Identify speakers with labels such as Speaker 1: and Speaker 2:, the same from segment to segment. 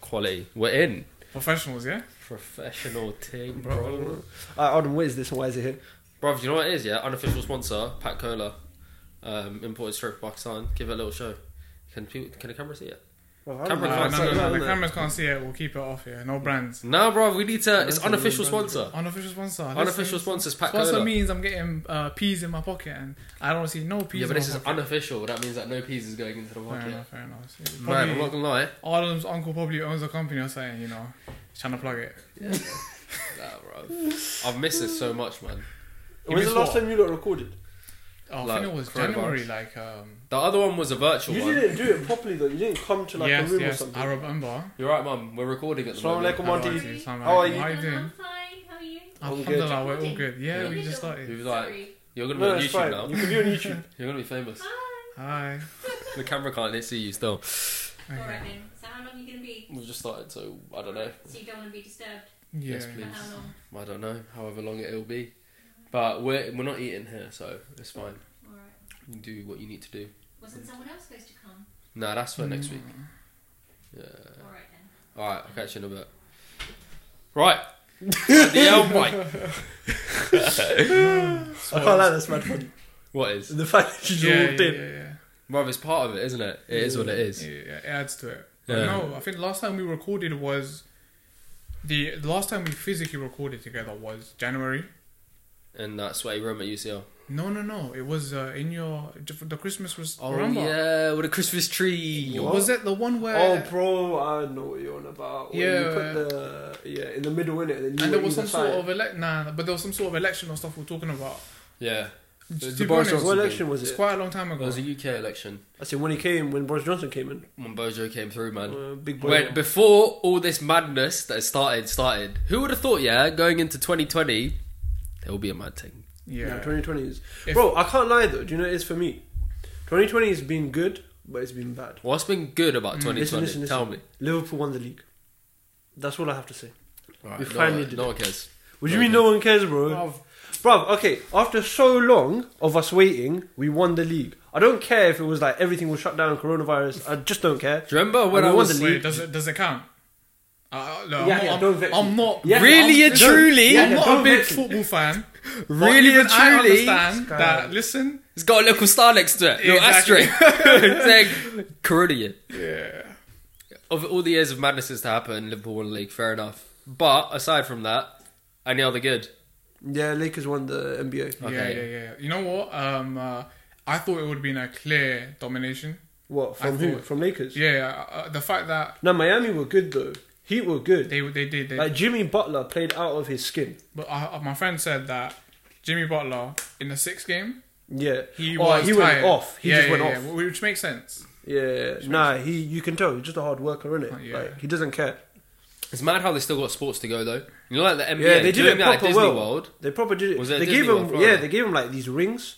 Speaker 1: quality. We're in.
Speaker 2: Professionals, yeah?
Speaker 1: Professional team, bro.
Speaker 2: Bro.
Speaker 3: Alright, Odin, what is this and why is it here?
Speaker 1: Bro, you know what it is, yeah? Unofficial sponsor, Pat Cola. Um, imported straight from Pakistan. Give it a little show. Can people, can the camera see it?
Speaker 3: Well,
Speaker 1: Camera
Speaker 2: No,
Speaker 1: can't
Speaker 2: no,
Speaker 1: see
Speaker 2: Uh, no,
Speaker 1: it,
Speaker 2: no,
Speaker 1: isn't
Speaker 2: the
Speaker 1: it?
Speaker 2: cameras can't see it. We'll keep it off here. No brands.
Speaker 1: No, bro, we need to. It's unofficial sponsor.
Speaker 2: Unofficial sponsor.
Speaker 3: Oh,
Speaker 2: Let's
Speaker 1: Unofficial
Speaker 2: see.
Speaker 1: sponsors, Pat
Speaker 2: Sponsor
Speaker 1: Cola.
Speaker 2: means I'm getting uh, peas in my pocket and I don't see no peas
Speaker 1: Yeah, but
Speaker 2: in
Speaker 1: this
Speaker 2: my
Speaker 1: is
Speaker 2: pocket.
Speaker 1: unofficial. That means that no peas is going into the
Speaker 2: Fair
Speaker 1: market.
Speaker 2: enough, fair enough. It's
Speaker 1: Man, I'm
Speaker 2: probably-
Speaker 1: not gonna lie.
Speaker 2: Adam's uncle probably owns a company or something, you know. He's trying to plug it.
Speaker 1: Nah, bro. I've missed this so much, man.
Speaker 2: He
Speaker 3: When's the
Speaker 2: missed
Speaker 3: last
Speaker 2: what?
Speaker 3: time you lot recorded?
Speaker 2: Oh, I
Speaker 1: Like,
Speaker 2: think it was
Speaker 1: coronavirus.
Speaker 2: January, like, um,
Speaker 1: The other one was a virtual
Speaker 3: You
Speaker 1: one.
Speaker 3: didn't do it properly though. You didn't come to like
Speaker 2: yes,
Speaker 3: a room or
Speaker 2: yes,
Speaker 3: something.
Speaker 2: I remember.
Speaker 1: You're right, mum. We're recording at the
Speaker 3: Assalamu
Speaker 1: moment.
Speaker 3: alaikum,
Speaker 2: Hello,
Speaker 3: Auntie.
Speaker 2: Auntie. Assalamu
Speaker 3: How are
Speaker 2: alaikum.
Speaker 3: you?
Speaker 2: How are you
Speaker 4: I'm
Speaker 2: doing?
Speaker 4: fine. How are you?
Speaker 3: All good.
Speaker 2: Alhamdulillah, we're all good. Yeah,
Speaker 1: Yeah.
Speaker 2: we just
Speaker 1: We
Speaker 2: started.
Speaker 1: was like,
Speaker 4: Sorry.
Speaker 1: you're gonna be
Speaker 3: no,
Speaker 1: on
Speaker 3: it's
Speaker 1: YouTube
Speaker 3: fine.
Speaker 1: now.
Speaker 3: You can be on YouTube.
Speaker 1: You're gonna be famous.
Speaker 4: Hi.
Speaker 2: Hi.
Speaker 1: The camera can't see you still.
Speaker 4: All right
Speaker 2: Okay.
Speaker 4: then. So how long are you gonna be?
Speaker 1: We've just started, so I don't know.
Speaker 4: So you don't wanna be disturbed
Speaker 2: Yeah.
Speaker 1: Yes,
Speaker 4: for
Speaker 1: please.
Speaker 4: how long?
Speaker 1: I don't know. However long it'll be, but we're we're not eating here, so it's fine.
Speaker 4: All right.
Speaker 1: You do what you need to do.
Speaker 4: Wasn't someone else supposed to come?
Speaker 1: Nah, that's for next week. Yeah.
Speaker 4: All right then.
Speaker 1: All right. I'll catch you in a bit. Right. the L mic.
Speaker 3: I can't like that's mad funny.
Speaker 1: What is?
Speaker 3: The fact that you
Speaker 2: Yeah,
Speaker 3: walked
Speaker 2: yeah,
Speaker 3: in.
Speaker 2: yeah,
Speaker 1: Bro, it's part of it, isn't it? It is what it
Speaker 2: yeah.
Speaker 1: is.
Speaker 2: Yeah, It adds to it. But
Speaker 1: Yeah.
Speaker 2: No, I think last time we recorded was the the last time we physically recorded together was January.
Speaker 1: In that sweaty room at UCL.
Speaker 2: No, no, no. It was uh, in your the Christmas was.
Speaker 1: Oh
Speaker 2: remember?
Speaker 1: yeah, with a Christmas tree.
Speaker 3: What?
Speaker 2: Was it the one where?
Speaker 3: Oh, bro, I know what you're on about. When
Speaker 2: Yeah.
Speaker 3: You put the, yeah, in the middle, innit? And, then you
Speaker 2: and there
Speaker 3: were
Speaker 2: was some
Speaker 3: either
Speaker 2: sort
Speaker 3: side.
Speaker 2: of elect. Nah, but there was some sort of election or stuff we are talking about.
Speaker 1: Yeah.
Speaker 2: To
Speaker 1: the
Speaker 2: be
Speaker 1: Boris
Speaker 2: honest,
Speaker 1: Johnson
Speaker 3: What
Speaker 1: thing.
Speaker 3: election was
Speaker 2: it's
Speaker 3: it?
Speaker 2: quite a long time
Speaker 1: It
Speaker 2: ago.
Speaker 1: was a UK election
Speaker 3: I said when he came, when Boris Johnson came in.
Speaker 1: when Bojo came through, man.
Speaker 3: Uh, big boy.
Speaker 1: When, before all this madness that has started started, who would have thought? Yeah, going into 2020, there will be a mad thing.
Speaker 3: yeah.
Speaker 2: yeah.
Speaker 3: 2020 is.
Speaker 2: If-
Speaker 3: Bro, I can't lie though. Do you know what it is for me? 2020 has been good, but it's been bad.
Speaker 1: What's been good about 2020?
Speaker 3: Listen, Mm, listen, listen.
Speaker 1: Tell me.
Speaker 3: Liverpool won the league. That's all I have to say.
Speaker 1: Right,
Speaker 3: We
Speaker 1: no
Speaker 3: finally
Speaker 1: one-
Speaker 3: did
Speaker 1: No
Speaker 3: it.
Speaker 1: one cares.
Speaker 3: What
Speaker 1: Very
Speaker 3: do you mean
Speaker 1: good.
Speaker 3: no one cares, bro?
Speaker 2: Bruv.
Speaker 3: Bruv, okay, after so long of us waiting, we won the league. I don't care if it was like everything was shut down, coronavirus. I just don't care.
Speaker 1: Do you remember when
Speaker 3: And we
Speaker 1: I
Speaker 3: won
Speaker 1: was
Speaker 3: the
Speaker 2: Wait, does it does it count? Uh, no,
Speaker 3: Yeah,
Speaker 2: I'm,
Speaker 3: yeah,
Speaker 2: not,
Speaker 3: don't vex
Speaker 2: I'm,
Speaker 3: me.
Speaker 2: not
Speaker 3: Yeah,
Speaker 1: really and
Speaker 3: I'm-
Speaker 1: truly,
Speaker 3: Yeah,
Speaker 2: I'm not a
Speaker 3: don't
Speaker 2: big
Speaker 3: vex me.
Speaker 2: football fan. but
Speaker 1: really
Speaker 2: even
Speaker 1: and
Speaker 2: I
Speaker 1: truly,
Speaker 2: understand
Speaker 3: Sky.
Speaker 2: that. Listen,
Speaker 1: it's got a little star next to it, little
Speaker 2: Exactly.
Speaker 1: asterisk. it's like Caribbean.
Speaker 2: yeah,
Speaker 1: Of all the years of madnesses to happen, Liverpool won the league. Fair enough. But aside from that, any other good?
Speaker 3: Yeah, Lakers won the NBA.
Speaker 1: Okay.
Speaker 2: yeah, yeah, yeah. You know what? Um, uh, I thought it would have been a clear domination.
Speaker 3: What
Speaker 2: I
Speaker 3: from who?
Speaker 2: thought-
Speaker 3: From Lakers.
Speaker 2: Yeah, uh, the fact that
Speaker 3: No, Miami were good though. Heat were good.
Speaker 2: they they did, they,
Speaker 3: Like Jimmy Butler played out of his skin.
Speaker 2: but uh, my friend said that Jimmy Butler in the sixth game
Speaker 3: Yeah,
Speaker 2: he
Speaker 3: Oh,
Speaker 2: was
Speaker 3: he
Speaker 2: tired.
Speaker 3: went off. He
Speaker 2: Yeah,
Speaker 3: just
Speaker 2: yeah,
Speaker 3: went
Speaker 2: yeah,
Speaker 3: off.
Speaker 2: which makes sense.
Speaker 3: Yeah, nah, he you can tell he's just a hard worker, innit?
Speaker 2: Oh, yeah.
Speaker 3: Like he doesn't care.
Speaker 1: It's mad how they still got sports to go though. You know, like the NBA,
Speaker 3: Yeah, they did
Speaker 1: doing
Speaker 3: it
Speaker 1: that at
Speaker 3: proper
Speaker 1: Disney
Speaker 3: well.
Speaker 1: World.
Speaker 3: They proper did it.
Speaker 1: Was it at
Speaker 3: they
Speaker 1: Disney
Speaker 3: gave him
Speaker 1: World,
Speaker 3: yeah,
Speaker 1: Florida?
Speaker 3: they gave him like these rings.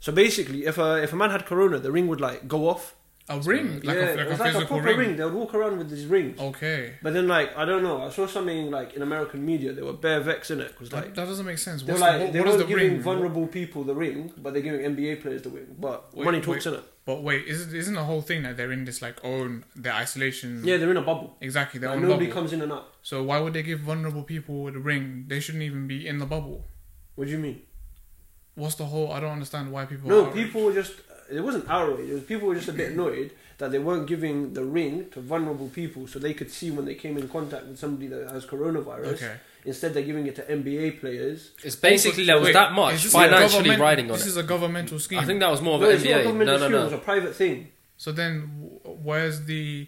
Speaker 3: So basically, if a if a man had corona, the ring would like go off.
Speaker 2: A ring, like a,
Speaker 3: yeah,
Speaker 2: like
Speaker 3: it
Speaker 2: a
Speaker 3: was like a
Speaker 2: physical
Speaker 3: proper
Speaker 2: ring. Oh.
Speaker 3: ring. They would walk around with these rings.
Speaker 2: Okay,
Speaker 3: But then, like, I don't know. I saw something like in American media. They were bare vex in it because
Speaker 2: that,
Speaker 3: like
Speaker 2: that doesn't make sense.
Speaker 3: they were
Speaker 2: What's
Speaker 3: like
Speaker 2: the, what,
Speaker 3: they
Speaker 2: what is
Speaker 3: weren't
Speaker 2: the
Speaker 3: giving
Speaker 2: ring?
Speaker 3: vulnerable people the ring, but they're giving NBA players the ring. But
Speaker 2: Wait,
Speaker 3: money talks
Speaker 2: wait.
Speaker 3: in it.
Speaker 2: But wait, is, isn't the whole thing that they're in this like own their isolation?
Speaker 3: Yeah, they're in a bubble.
Speaker 2: exactly. Their
Speaker 3: Like,
Speaker 2: own
Speaker 3: nobody
Speaker 2: bubble.
Speaker 3: comes in and out.
Speaker 2: so why would they give vulnerable people the ring? They shouldn't even be in the bubble.
Speaker 3: What do you mean?
Speaker 2: What's the whole? I don't understand why people.
Speaker 3: no,
Speaker 2: are
Speaker 3: people were just. It wasn't outrage. It was people were just a bit annoyed that they weren't giving the ring to vulnerable people, so they could see when they came in contact with somebody that has coronavirus.
Speaker 2: Okay.
Speaker 3: Instead, they're giving it to NBA players.
Speaker 1: It's basically there was
Speaker 2: Wait,
Speaker 1: that much
Speaker 2: is this a
Speaker 1: financially
Speaker 2: government-
Speaker 1: riding on
Speaker 2: This
Speaker 1: it.
Speaker 2: is a governmental scheme.
Speaker 1: I think that was more of
Speaker 3: No,
Speaker 1: an
Speaker 3: it's not a
Speaker 1: NBA.
Speaker 3: government
Speaker 1: No, no,
Speaker 3: issue, It was a
Speaker 1: no.
Speaker 3: private thing.
Speaker 2: so. Then wh- where's the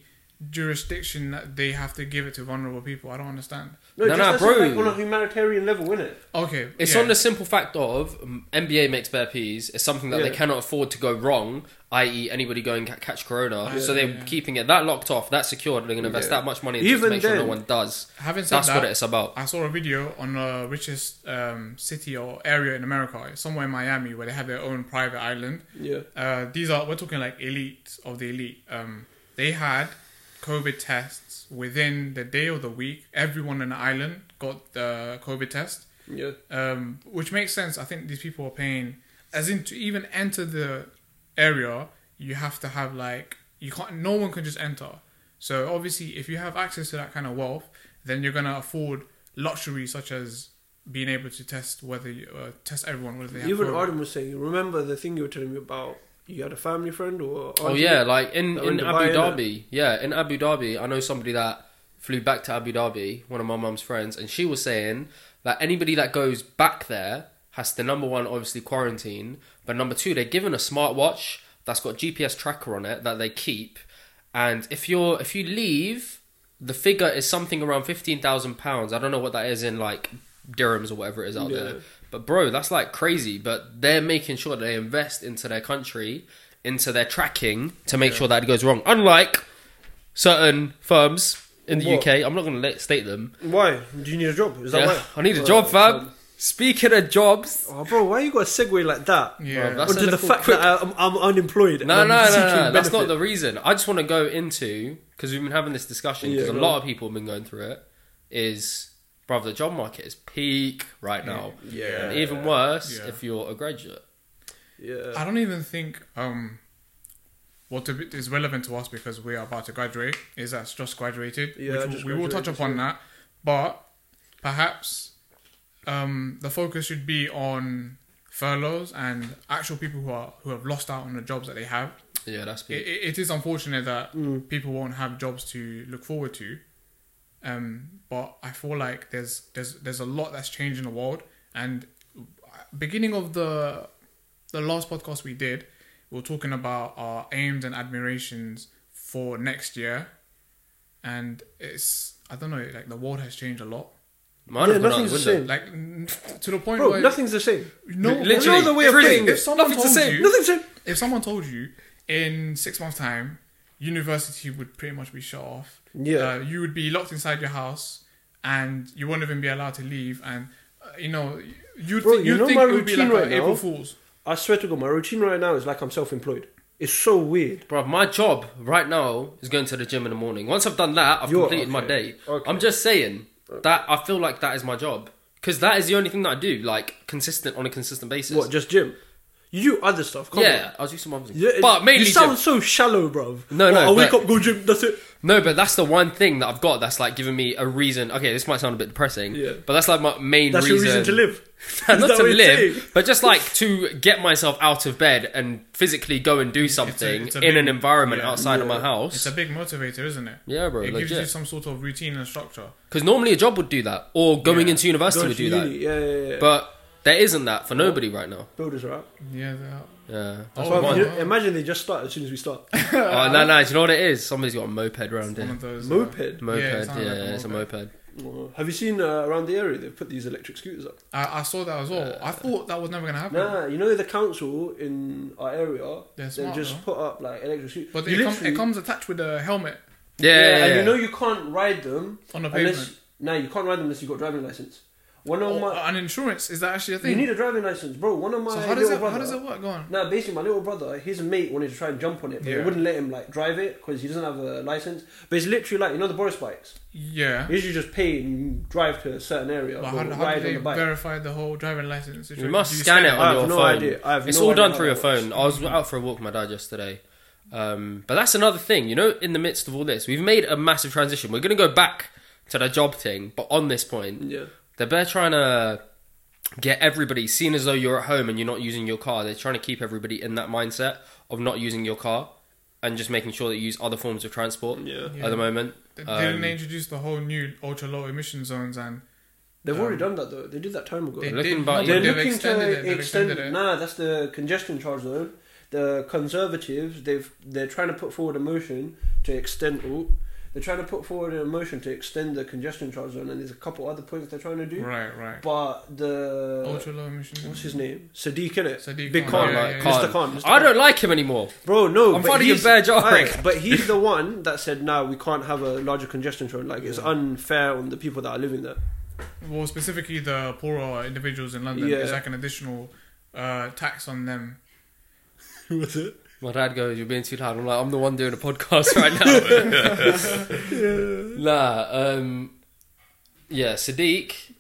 Speaker 2: jurisdiction that they have to give it to vulnerable people? I don't understand.
Speaker 3: No,
Speaker 1: No,
Speaker 3: just
Speaker 1: no,
Speaker 3: that's
Speaker 1: bro.
Speaker 3: like on a humanitarian level, isn't it?
Speaker 2: Okay,
Speaker 1: It's
Speaker 2: yeah.
Speaker 1: on the simple fact of um, NBA makes bare peas. It's something that they
Speaker 3: Yeah.
Speaker 1: cannot afford to go wrong, i.e., anybody going ca- catch corona. so they're
Speaker 2: yeah.
Speaker 1: keeping it that locked off, that secured. They're going to invest
Speaker 3: Yeah.
Speaker 1: that much money into it to
Speaker 3: Even
Speaker 1: make sure no
Speaker 3: then-
Speaker 1: one does.
Speaker 2: Having said
Speaker 1: That's
Speaker 2: that,
Speaker 1: what it's about.
Speaker 2: I saw a video on the richest um, city or area in America, somewhere in Miami, where they have their own private island.
Speaker 3: Yeah.
Speaker 2: Uh, these are we're talking like elite of the elite. Um, they had COVID tests within the day or the week. Everyone on the island got the COVID test,
Speaker 3: Yeah.
Speaker 2: um, which makes sense. I think these people are paying, as in to even enter the area, you have to have like you can't. No one can just enter. So obviously, if you have access to that kind of wealth, then you're gonna afford luxuries such as being able to test whether you, uh, test everyone whether they have
Speaker 3: Even
Speaker 2: COVID.
Speaker 3: Arden was saying, remember the thing you were telling me about? You had a family friend or
Speaker 1: Oh yeah, like in,
Speaker 3: That were in
Speaker 1: in
Speaker 3: Dubai,
Speaker 1: Abu
Speaker 3: innit?
Speaker 1: Dhabi. Yeah, in Abu Dhabi, I know somebody that flew back to Abu Dhabi, one of my mum's friends, and she was saying that anybody that goes back there has to number one obviously quarantine, but number two, they're given a smartwatch that's got GPS tracker on it that they keep, and if you're if you leave, the figure is something around fifteen thousand pounds. I don't know what that is in like dirhams or whatever it is out
Speaker 3: Yeah.
Speaker 1: there. But bro, that's like crazy. But they're making sure that they invest into their country, into their tracking to make sure that it goes wrong. Unlike certain firms in the
Speaker 3: What?
Speaker 1: UK, I'm not going to let state them.
Speaker 3: Why? Do you need a job? Is that
Speaker 1: Yeah,
Speaker 3: why?
Speaker 1: I need a
Speaker 3: Oh,
Speaker 1: job, fam.
Speaker 3: um,
Speaker 1: Speaking of jobs,
Speaker 3: Oh, bro, why you got a segue like that?
Speaker 2: Yeah.
Speaker 1: Well, That's
Speaker 3: Onto
Speaker 1: a
Speaker 3: the
Speaker 1: little
Speaker 3: fact
Speaker 1: quick-
Speaker 3: that I'm, I'm unemployed.
Speaker 1: no, no,
Speaker 3: and
Speaker 1: no,
Speaker 3: I'm
Speaker 1: no,
Speaker 3: seeking
Speaker 1: no, that's not
Speaker 3: benefit.
Speaker 1: the reason. I just want to go into because we've been having this discussion
Speaker 3: Yeah,
Speaker 1: because a
Speaker 3: go
Speaker 1: lot
Speaker 3: on.
Speaker 1: of people have been going through it. Is brother, the job market is peak right now,
Speaker 3: Yeah.
Speaker 1: and even worse
Speaker 2: Yeah.
Speaker 1: if you're a graduate.
Speaker 3: Yeah.
Speaker 2: I don't even think um, what to be- is relevant to us because we are about to graduate is that's just graduated. which
Speaker 3: Yeah, I
Speaker 2: w-
Speaker 3: just
Speaker 2: we will touch
Speaker 3: graduated,
Speaker 2: upon
Speaker 3: yeah.
Speaker 2: that, but perhaps um, the focus should be on furloughs and actual people who are who have lost out on the jobs that they have.
Speaker 1: Yeah, that's
Speaker 2: It,
Speaker 1: peak.
Speaker 2: it it is unfortunate that
Speaker 3: Mm.
Speaker 2: people won't have jobs to look forward to. Um, but I feel like there's there's there's a lot that's changed in the world. And beginning of the the last podcast we did, we were talking about our aims and admirations for next year, and it's I don't know like the world has changed a lot.
Speaker 1: Mine
Speaker 3: Yeah,
Speaker 1: have gone out
Speaker 3: nothing's
Speaker 1: the
Speaker 3: the
Speaker 1: window.
Speaker 3: same.
Speaker 2: Like mm, to the point
Speaker 3: Bro,
Speaker 2: where
Speaker 3: nothing's the same.
Speaker 2: no
Speaker 1: Literally.
Speaker 3: There's no other way of
Speaker 1: Really?
Speaker 3: paying
Speaker 2: If
Speaker 3: it.
Speaker 2: someone
Speaker 1: Nothing to
Speaker 2: told
Speaker 1: say.
Speaker 2: you,
Speaker 3: Nothing's the same.
Speaker 2: if someone told you in six months' time, university would pretty much be shut off.
Speaker 3: Yeah.
Speaker 2: uh, you would be locked inside your house, and you won't even be allowed to leave. And uh, you know, you'd
Speaker 3: Bro,
Speaker 2: thi-
Speaker 3: you
Speaker 2: you'd
Speaker 3: know
Speaker 2: think
Speaker 3: my
Speaker 2: it would be
Speaker 3: routine
Speaker 2: like
Speaker 3: right
Speaker 2: an
Speaker 3: now?
Speaker 2: April Fool's.
Speaker 3: I swear to God, my routine right now is like I'm self-employed. It's so weird.
Speaker 1: Bro, my job right now is going to the gym in the morning. Once I've done that, I've
Speaker 3: You're-
Speaker 1: completed my
Speaker 3: okay,
Speaker 1: day.
Speaker 3: okay.
Speaker 1: I'm just saying that I feel like that is my job because that is the only thing that I do, like consistent on a consistent basis.
Speaker 3: What? Just gym? You do other stuff. Come
Speaker 1: yeah,
Speaker 3: On.
Speaker 1: I was used to my other things.
Speaker 3: Yeah, it-
Speaker 1: but mainly
Speaker 3: you sound
Speaker 1: gym.
Speaker 3: so shallow, bro.
Speaker 1: No,
Speaker 3: Oh,
Speaker 1: no,
Speaker 3: I wake
Speaker 1: but-
Speaker 3: up, go gym. That's it.
Speaker 1: No, but that's the one thing that I've got that's like giving me a reason. Okay, this might sound a bit depressing,
Speaker 3: Yeah.
Speaker 1: but that's like my main
Speaker 3: That's your reason to live. Is
Speaker 1: not
Speaker 3: that
Speaker 1: to
Speaker 3: what you're
Speaker 1: live,
Speaker 3: saying?
Speaker 1: but just like to get myself out of bed and physically go and do something
Speaker 2: it's a
Speaker 1: in
Speaker 2: big-
Speaker 1: an environment
Speaker 2: yeah.
Speaker 1: outside of my
Speaker 3: Yeah.
Speaker 1: house.
Speaker 2: It's a big motivator, isn't it?
Speaker 1: Yeah, bro,
Speaker 2: It gives
Speaker 1: legit.
Speaker 2: you some sort of routine and structure.
Speaker 1: Because normally a job would do that, or going
Speaker 2: Yeah.
Speaker 1: into university
Speaker 3: Going
Speaker 1: would
Speaker 3: to
Speaker 1: do
Speaker 3: uni.
Speaker 1: that.
Speaker 3: Yeah, yeah, yeah.
Speaker 1: But there isn't that for nobody right now.
Speaker 3: Builders are out.
Speaker 2: Yeah, they are.
Speaker 1: Yeah.
Speaker 2: Oh,
Speaker 1: That's
Speaker 3: Well,
Speaker 1: one.
Speaker 3: you-
Speaker 2: wow.
Speaker 3: imagine they just start as soon as we start.
Speaker 1: Oh, no, no. Do you know what it is? Somebody's got a moped around
Speaker 2: one
Speaker 1: here.
Speaker 2: of those. uh,
Speaker 3: Moped.
Speaker 1: Moped, yeah,
Speaker 2: it sounded like a
Speaker 1: it's a
Speaker 2: moped.
Speaker 1: moped.
Speaker 3: Oh, Have you seen uh, around the area they've put these electric scooters up?
Speaker 2: I, I saw that as well. I thought that was never gonna happen.
Speaker 3: Nah, you know the council in our area
Speaker 2: They're
Speaker 3: they've
Speaker 2: smart,
Speaker 3: just
Speaker 2: though.
Speaker 3: put up like electric scooters.
Speaker 2: But
Speaker 3: You
Speaker 2: it, com- it
Speaker 3: literally-
Speaker 2: comes attached with a helmet
Speaker 1: Yeah, yeah, yeah.
Speaker 3: and you know you can't ride them
Speaker 2: on the pavement.
Speaker 3: unless no, you can't ride them unless you've got a driving license. One of
Speaker 2: Or-
Speaker 3: my
Speaker 2: an insurance is that actually a
Speaker 3: you
Speaker 2: thing?
Speaker 3: need a driving license, bro. One of my
Speaker 2: so how does
Speaker 3: little
Speaker 2: it
Speaker 3: brother,
Speaker 2: how does it work? Go on.
Speaker 3: No, basically, my little brother, his mate wanted to try and jump on it, but
Speaker 2: Yeah.
Speaker 3: they wouldn't let him like drive it because he doesn't have a license. But it's literally like you know the Boris bikes.
Speaker 2: Yeah.
Speaker 3: You usually just pay and drive to a certain area
Speaker 2: But
Speaker 3: or
Speaker 2: how, do- how do
Speaker 3: ride on
Speaker 2: they
Speaker 3: the bike.
Speaker 2: verify the whole driving license?
Speaker 1: You
Speaker 2: situation?
Speaker 1: must
Speaker 2: Do
Speaker 1: scan it
Speaker 3: I
Speaker 1: on
Speaker 3: have
Speaker 1: your
Speaker 3: no
Speaker 1: phone.
Speaker 3: idea. I have
Speaker 1: it's
Speaker 3: no
Speaker 1: all
Speaker 3: idea
Speaker 1: done
Speaker 3: how
Speaker 1: through your
Speaker 3: that works.
Speaker 1: phone. I was out for a walk with my dad yesterday. Um, but that's another thing, you know, in the midst of all this, we've made a massive transition. We're going to go back to the job thing, but on this point,
Speaker 3: Yeah.
Speaker 1: They're they're trying to get everybody seen as though you're at home and you're not using your car. They're trying to keep everybody in that mindset of not using your car and just making sure that you use other forms of transport
Speaker 3: Yeah.
Speaker 2: Yeah.
Speaker 1: at the moment.
Speaker 2: Th-
Speaker 1: Um,
Speaker 2: Didn't they introduce the whole new ultra low emission zones and
Speaker 3: They've
Speaker 2: Um,
Speaker 3: already done that though. They did that time ago.
Speaker 2: they
Speaker 1: looking
Speaker 2: did,
Speaker 1: back-
Speaker 2: no,
Speaker 1: They're
Speaker 2: but they've extended it. They've extended it.
Speaker 3: Nah, that's the congestion charge though. The conservatives, they've they're trying to put forward a motion to extend. ooh, they're trying to put forward a motion to extend the congestion charge zone, and there's a couple other points they're trying to do.
Speaker 2: Right, right.
Speaker 3: But
Speaker 1: Uh,
Speaker 3: the
Speaker 2: ultra low emission.
Speaker 3: what's his name, Sadiq, innit?
Speaker 2: Sadiq
Speaker 3: Big
Speaker 2: Khan,
Speaker 3: Khan,
Speaker 2: yeah, yeah,
Speaker 1: yeah.
Speaker 3: Mr. Khan. Mr.
Speaker 1: I
Speaker 3: Khan.
Speaker 1: don't like him anymore.
Speaker 3: bro. No,
Speaker 1: I'm
Speaker 3: Oh, but
Speaker 1: finding a
Speaker 3: he's-
Speaker 1: bad job.
Speaker 3: Alright, but he's the one that said, "Nah, we can't have a larger congestion zone. Like it's unfair on the people that are living there."
Speaker 2: Well, specifically the poorer individuals in London.
Speaker 3: Yeah.
Speaker 2: It's like an additional uh, tax on them.
Speaker 3: Was it?
Speaker 1: My dad goes, "You're being too loud." I'm like, "I'm the one doing a podcast right now." Nah, um, yeah, Sadiq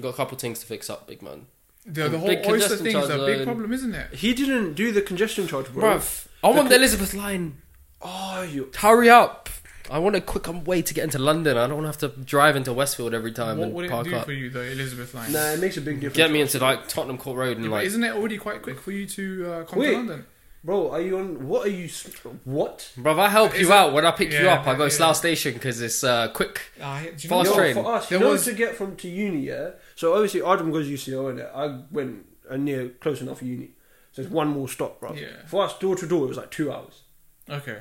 Speaker 1: got a couple things to fix up, big man.
Speaker 2: The, the whole
Speaker 1: Big
Speaker 2: oyster
Speaker 1: congestion
Speaker 2: thing is
Speaker 1: charge
Speaker 2: a big
Speaker 1: zone.
Speaker 2: problem, isn't it?
Speaker 3: He didn't do the congestion charge, bro.
Speaker 1: Bruv, I want the Elizabeth line.
Speaker 3: Oh, you
Speaker 1: Hurry up! I want a quick um, way to get into London. I don't want to have to drive into Westfield every time
Speaker 2: what
Speaker 1: and
Speaker 2: would it
Speaker 1: park
Speaker 2: do
Speaker 1: up.
Speaker 2: for you, the Elizabeth line?
Speaker 3: Nah, it makes a big difference.
Speaker 1: Get me into like Tottenham Court Road and
Speaker 2: Yeah, but
Speaker 1: like
Speaker 2: isn't it already quite quick for you to uh, come
Speaker 3: Wait.
Speaker 2: to London?
Speaker 3: Bro, are you on. What are you. s- What?
Speaker 1: Bruv, I help
Speaker 2: Is
Speaker 1: you
Speaker 2: it-
Speaker 1: out when I pick you
Speaker 2: Yeah,
Speaker 1: up. I go
Speaker 2: yeah.
Speaker 1: Slough Station because it's uh, quick.
Speaker 2: Ah, yeah, do you know
Speaker 1: Fast
Speaker 2: what?
Speaker 3: Yo,
Speaker 1: train.
Speaker 3: For us,
Speaker 2: There
Speaker 3: you know,
Speaker 2: was-
Speaker 3: to get from to uni, yeah. So obviously, Adam goes UCL, and I went uh, near close enough uni. So it's one more stop, bro.
Speaker 2: Yeah.
Speaker 3: For us, door to door, it was like two hours.
Speaker 2: Okay.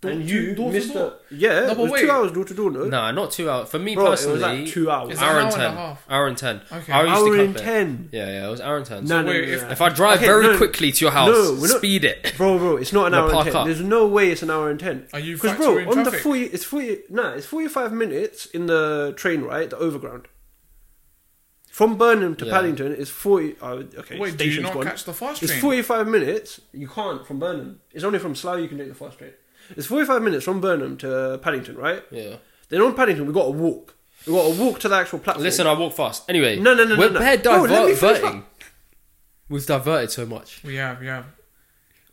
Speaker 3: and
Speaker 2: Door-
Speaker 3: you,
Speaker 2: door to
Speaker 3: Mister,
Speaker 2: door?
Speaker 3: yeah,
Speaker 2: No,
Speaker 3: it
Speaker 2: but
Speaker 3: was
Speaker 2: wait.
Speaker 3: two hours door to door, no.
Speaker 1: Nah, not two hours. For me
Speaker 3: Bro, it
Speaker 1: personally,
Speaker 3: was like two hours.
Speaker 2: It's
Speaker 1: hour
Speaker 2: an
Speaker 1: and
Speaker 2: hour and a
Speaker 1: ten.
Speaker 2: half.
Speaker 1: Hour and ten.
Speaker 2: Okay.
Speaker 1: I used
Speaker 3: Hour
Speaker 1: to
Speaker 3: and
Speaker 1: cap it.
Speaker 3: ten.
Speaker 1: Yeah, yeah, it was hour and ten.
Speaker 3: No, no,
Speaker 2: wait,
Speaker 3: no,
Speaker 2: if-
Speaker 3: no.
Speaker 1: If I drive
Speaker 3: Okay,
Speaker 1: very
Speaker 3: no, no.
Speaker 1: quickly to your house,
Speaker 3: No, we're not-
Speaker 1: speed it.
Speaker 3: bro, bro, it's not an
Speaker 1: No,
Speaker 3: hour and
Speaker 1: park
Speaker 3: ten.
Speaker 1: up.
Speaker 3: There's no way it's an hour and ten.
Speaker 2: Are you
Speaker 3: Because bro,
Speaker 2: factoring
Speaker 3: on the
Speaker 2: traffic?
Speaker 3: forty, it's forty. Nah, it's forty-five minutes in the train, right? The overground. From Burnham to
Speaker 1: Yeah.
Speaker 3: Paddington is forty. Oh, okay,
Speaker 2: Wait, do you
Speaker 3: station's
Speaker 2: not
Speaker 3: gone.
Speaker 2: catch the fast
Speaker 3: It's
Speaker 2: train?
Speaker 3: 45 minutes. You can't from Burnham. It's only from Slough you can take the fast train. It's 45 minutes from Burnham to Paddington, right?
Speaker 1: Yeah.
Speaker 3: Then on Paddington, we've got to walk. We've got to walk to the actual platform.
Speaker 1: Listen, I walk fast. Anyway,
Speaker 3: No, no, no,
Speaker 1: we're
Speaker 3: no, no.
Speaker 1: bad
Speaker 3: Bro, let me finish
Speaker 1: diverting. We've diverted so much.
Speaker 2: We have, we have.